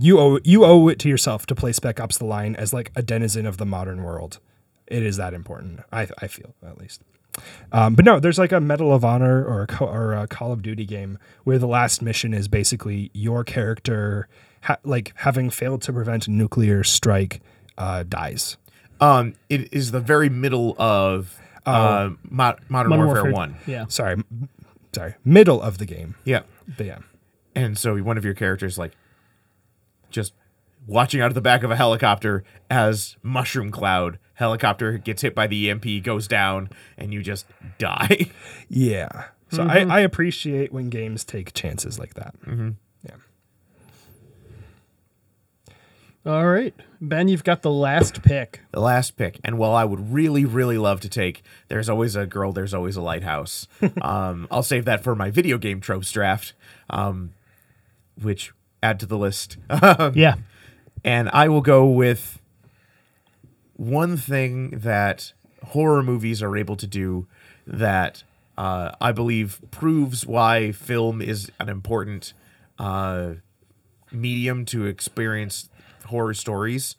Speaker 1: you owe you owe it to yourself to play Spec Ops: The Line as like a denizen of the modern world. It is that important. I I feel at least. Um, but no, there's like a Medal of Honor or a, co- or a Call of Duty game where the last mission is basically your character, ha- like having failed to prevent a nuclear strike, uh, dies.
Speaker 4: um, it is the very middle of uh, Mo- Modern,
Speaker 2: Modern
Speaker 4: Warfare,
Speaker 2: Warfare
Speaker 4: One.
Speaker 2: Yeah.
Speaker 1: Sorry, m- sorry, middle of the game.
Speaker 4: Yeah,
Speaker 1: But yeah,
Speaker 4: and so one of your characters like just watching out of the back of a helicopter as mushroom cloud helicopter gets hit by the EMP, goes down, and you just die.
Speaker 1: yeah. So I, I appreciate when games take chances like that.
Speaker 2: All right. Ben, you've got the last pick.
Speaker 4: the last pick, and while I would really, really love to take, there's always a girl, there's always a lighthouse. um, I'll save that for my video game tropes draft, um, which add to the list.
Speaker 2: Yeah.
Speaker 4: and I will go with one thing that horror movies are able to do that uh, I believe proves why film is an important uh, medium to experience horror stories.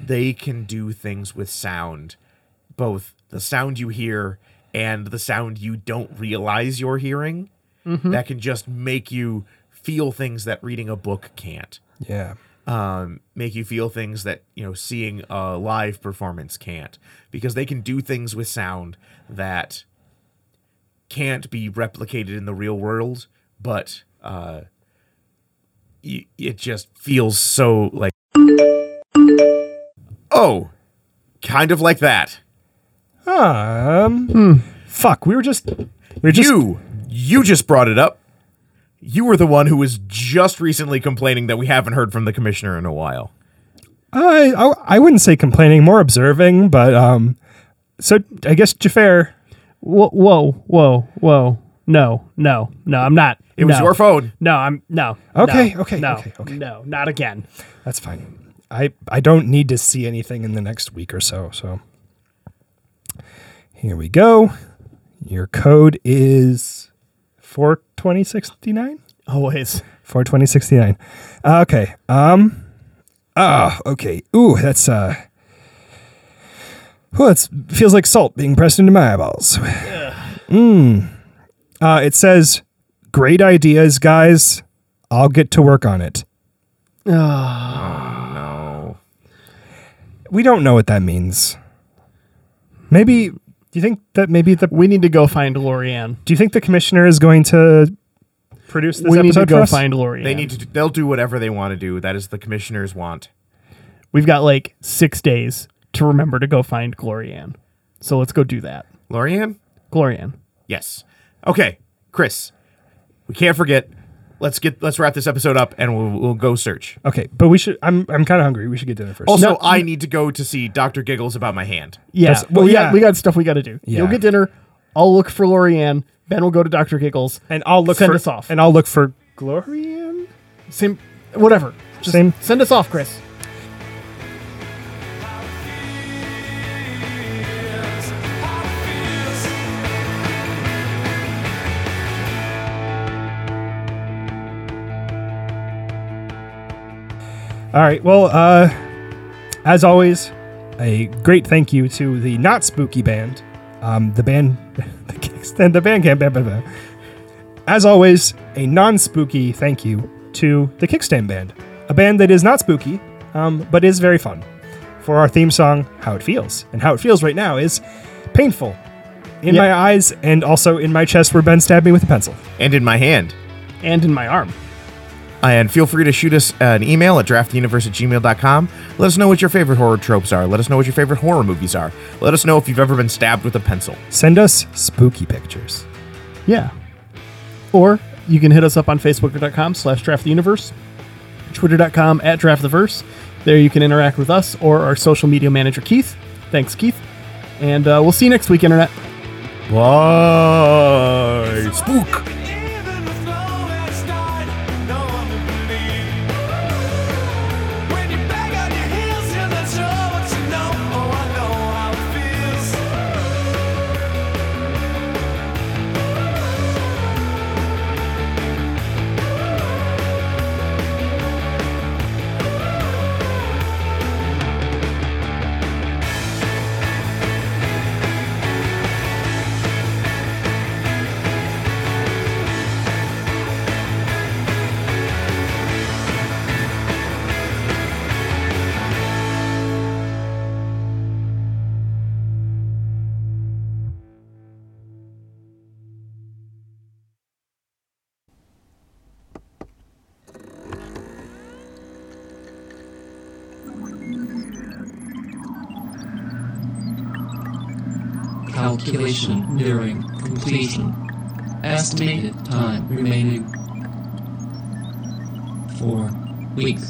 Speaker 4: They can do things with sound, both the sound you hear and the sound you don't realize you're hearing, that can just make you feel things that reading a book can't
Speaker 1: Yeah.
Speaker 4: um, make you feel things that you know seeing a live performance can't because they can do things with sound that can't be replicated in the real world but uh, y- it just feels so like oh kind of like that
Speaker 1: Um. Fuck. We were just. We were just.
Speaker 4: you you just brought it up you were the one who was just recently complaining that we haven't heard from the commissioner in a while
Speaker 1: I, I I wouldn't say complaining, more observing, but um. So I guess Jafar.
Speaker 2: Whoa, whoa, whoa, whoa. No, no, no, I'm not.
Speaker 4: it was
Speaker 2: No.
Speaker 4: your phone
Speaker 2: No, I'm no.
Speaker 1: Okay,
Speaker 2: no,
Speaker 1: okay,
Speaker 2: no,
Speaker 1: okay, okay.
Speaker 2: No, not again.
Speaker 1: That's fine. I I don't need to see anything in the next week or so. So here we go. Your code is four twenty sixty nine.
Speaker 2: Always.
Speaker 1: Four twenty sixty nine. Uh, okay. Um. Ah. okay. Ooh, that's uh. Well, it feels like salt being pressed into my eyeballs. Mmm. Uh, it says, "Great ideas, guys. I'll get to work on it."
Speaker 4: no
Speaker 1: We don't know what that means. Maybe. Do you think that maybe the?
Speaker 2: We need to go find Lorianne.
Speaker 1: Do you think the commissioner is going to produce this
Speaker 2: We
Speaker 1: episode
Speaker 2: need to
Speaker 1: for
Speaker 2: go
Speaker 1: us?
Speaker 2: find Lorianne.
Speaker 4: They need to. They'll do whatever they want to do. That is the commissioner's want.
Speaker 2: We've got like six days to remember to go find Glorianne. So let's go do that.
Speaker 4: Lorian?
Speaker 2: Glorianne.
Speaker 4: Yes. Okay, Chris. We can't forget. Let's get. Let's wrap this episode up, and we'll, we'll go search.
Speaker 1: Okay, but we should. I'm. I'm kind of hungry. We should get dinner first.
Speaker 4: Also, I need to go to see Doctor Giggles about my hand.
Speaker 2: Yeah.
Speaker 1: That's-
Speaker 2: well,
Speaker 1: well,
Speaker 2: we
Speaker 1: yeah.
Speaker 2: got we got stuff we got to do.
Speaker 1: Yeah.
Speaker 2: You'll get dinner. I'll look for Lorianne. Ben will go to Doctor Giggles.
Speaker 1: and I'll look
Speaker 2: Send
Speaker 1: for
Speaker 2: us off.
Speaker 1: And I'll look for Glorian.
Speaker 2: Same, whatever. Just
Speaker 1: Same.
Speaker 2: Send us off, Chris.
Speaker 1: All right. Well, uh, as always, a great thank you to the not spooky band, um, the band, the Kickstand, the band camp. Blah, blah, blah. As always, a non spooky thank you to the Kickstand band, a band that is not spooky, um, but is very fun. for our theme song, How It Feels. And how it feels right now is painful in
Speaker 2: Yeah.
Speaker 1: my eyes and also in my chest where Ben stabbed me with a pencil.
Speaker 4: And in my hand.
Speaker 2: and in my arm.
Speaker 4: And feel free to shoot us an email at draftuniverse at gmail.com. Let us know what your favorite horror tropes are. Let us know what your favorite horror movies are. Let us know if you've ever been stabbed with a pencil.
Speaker 1: Send us spooky pictures.
Speaker 2: Yeah. Or you can hit us up on Facebook.com slash Draft the Universe, Twitter.com at Draft the Verse. There you can interact with us or our social media manager, Keith. Thanks, Keith. And uh, we'll see you next week, Internet.
Speaker 4: Bye. Spook.
Speaker 5: Even with lowest tide, no one will believe. When you back on your heels, you're not sure what you know. Oh, I know how it feels.
Speaker 6: Calculation nearing completion. Estimated time remaining four weeks.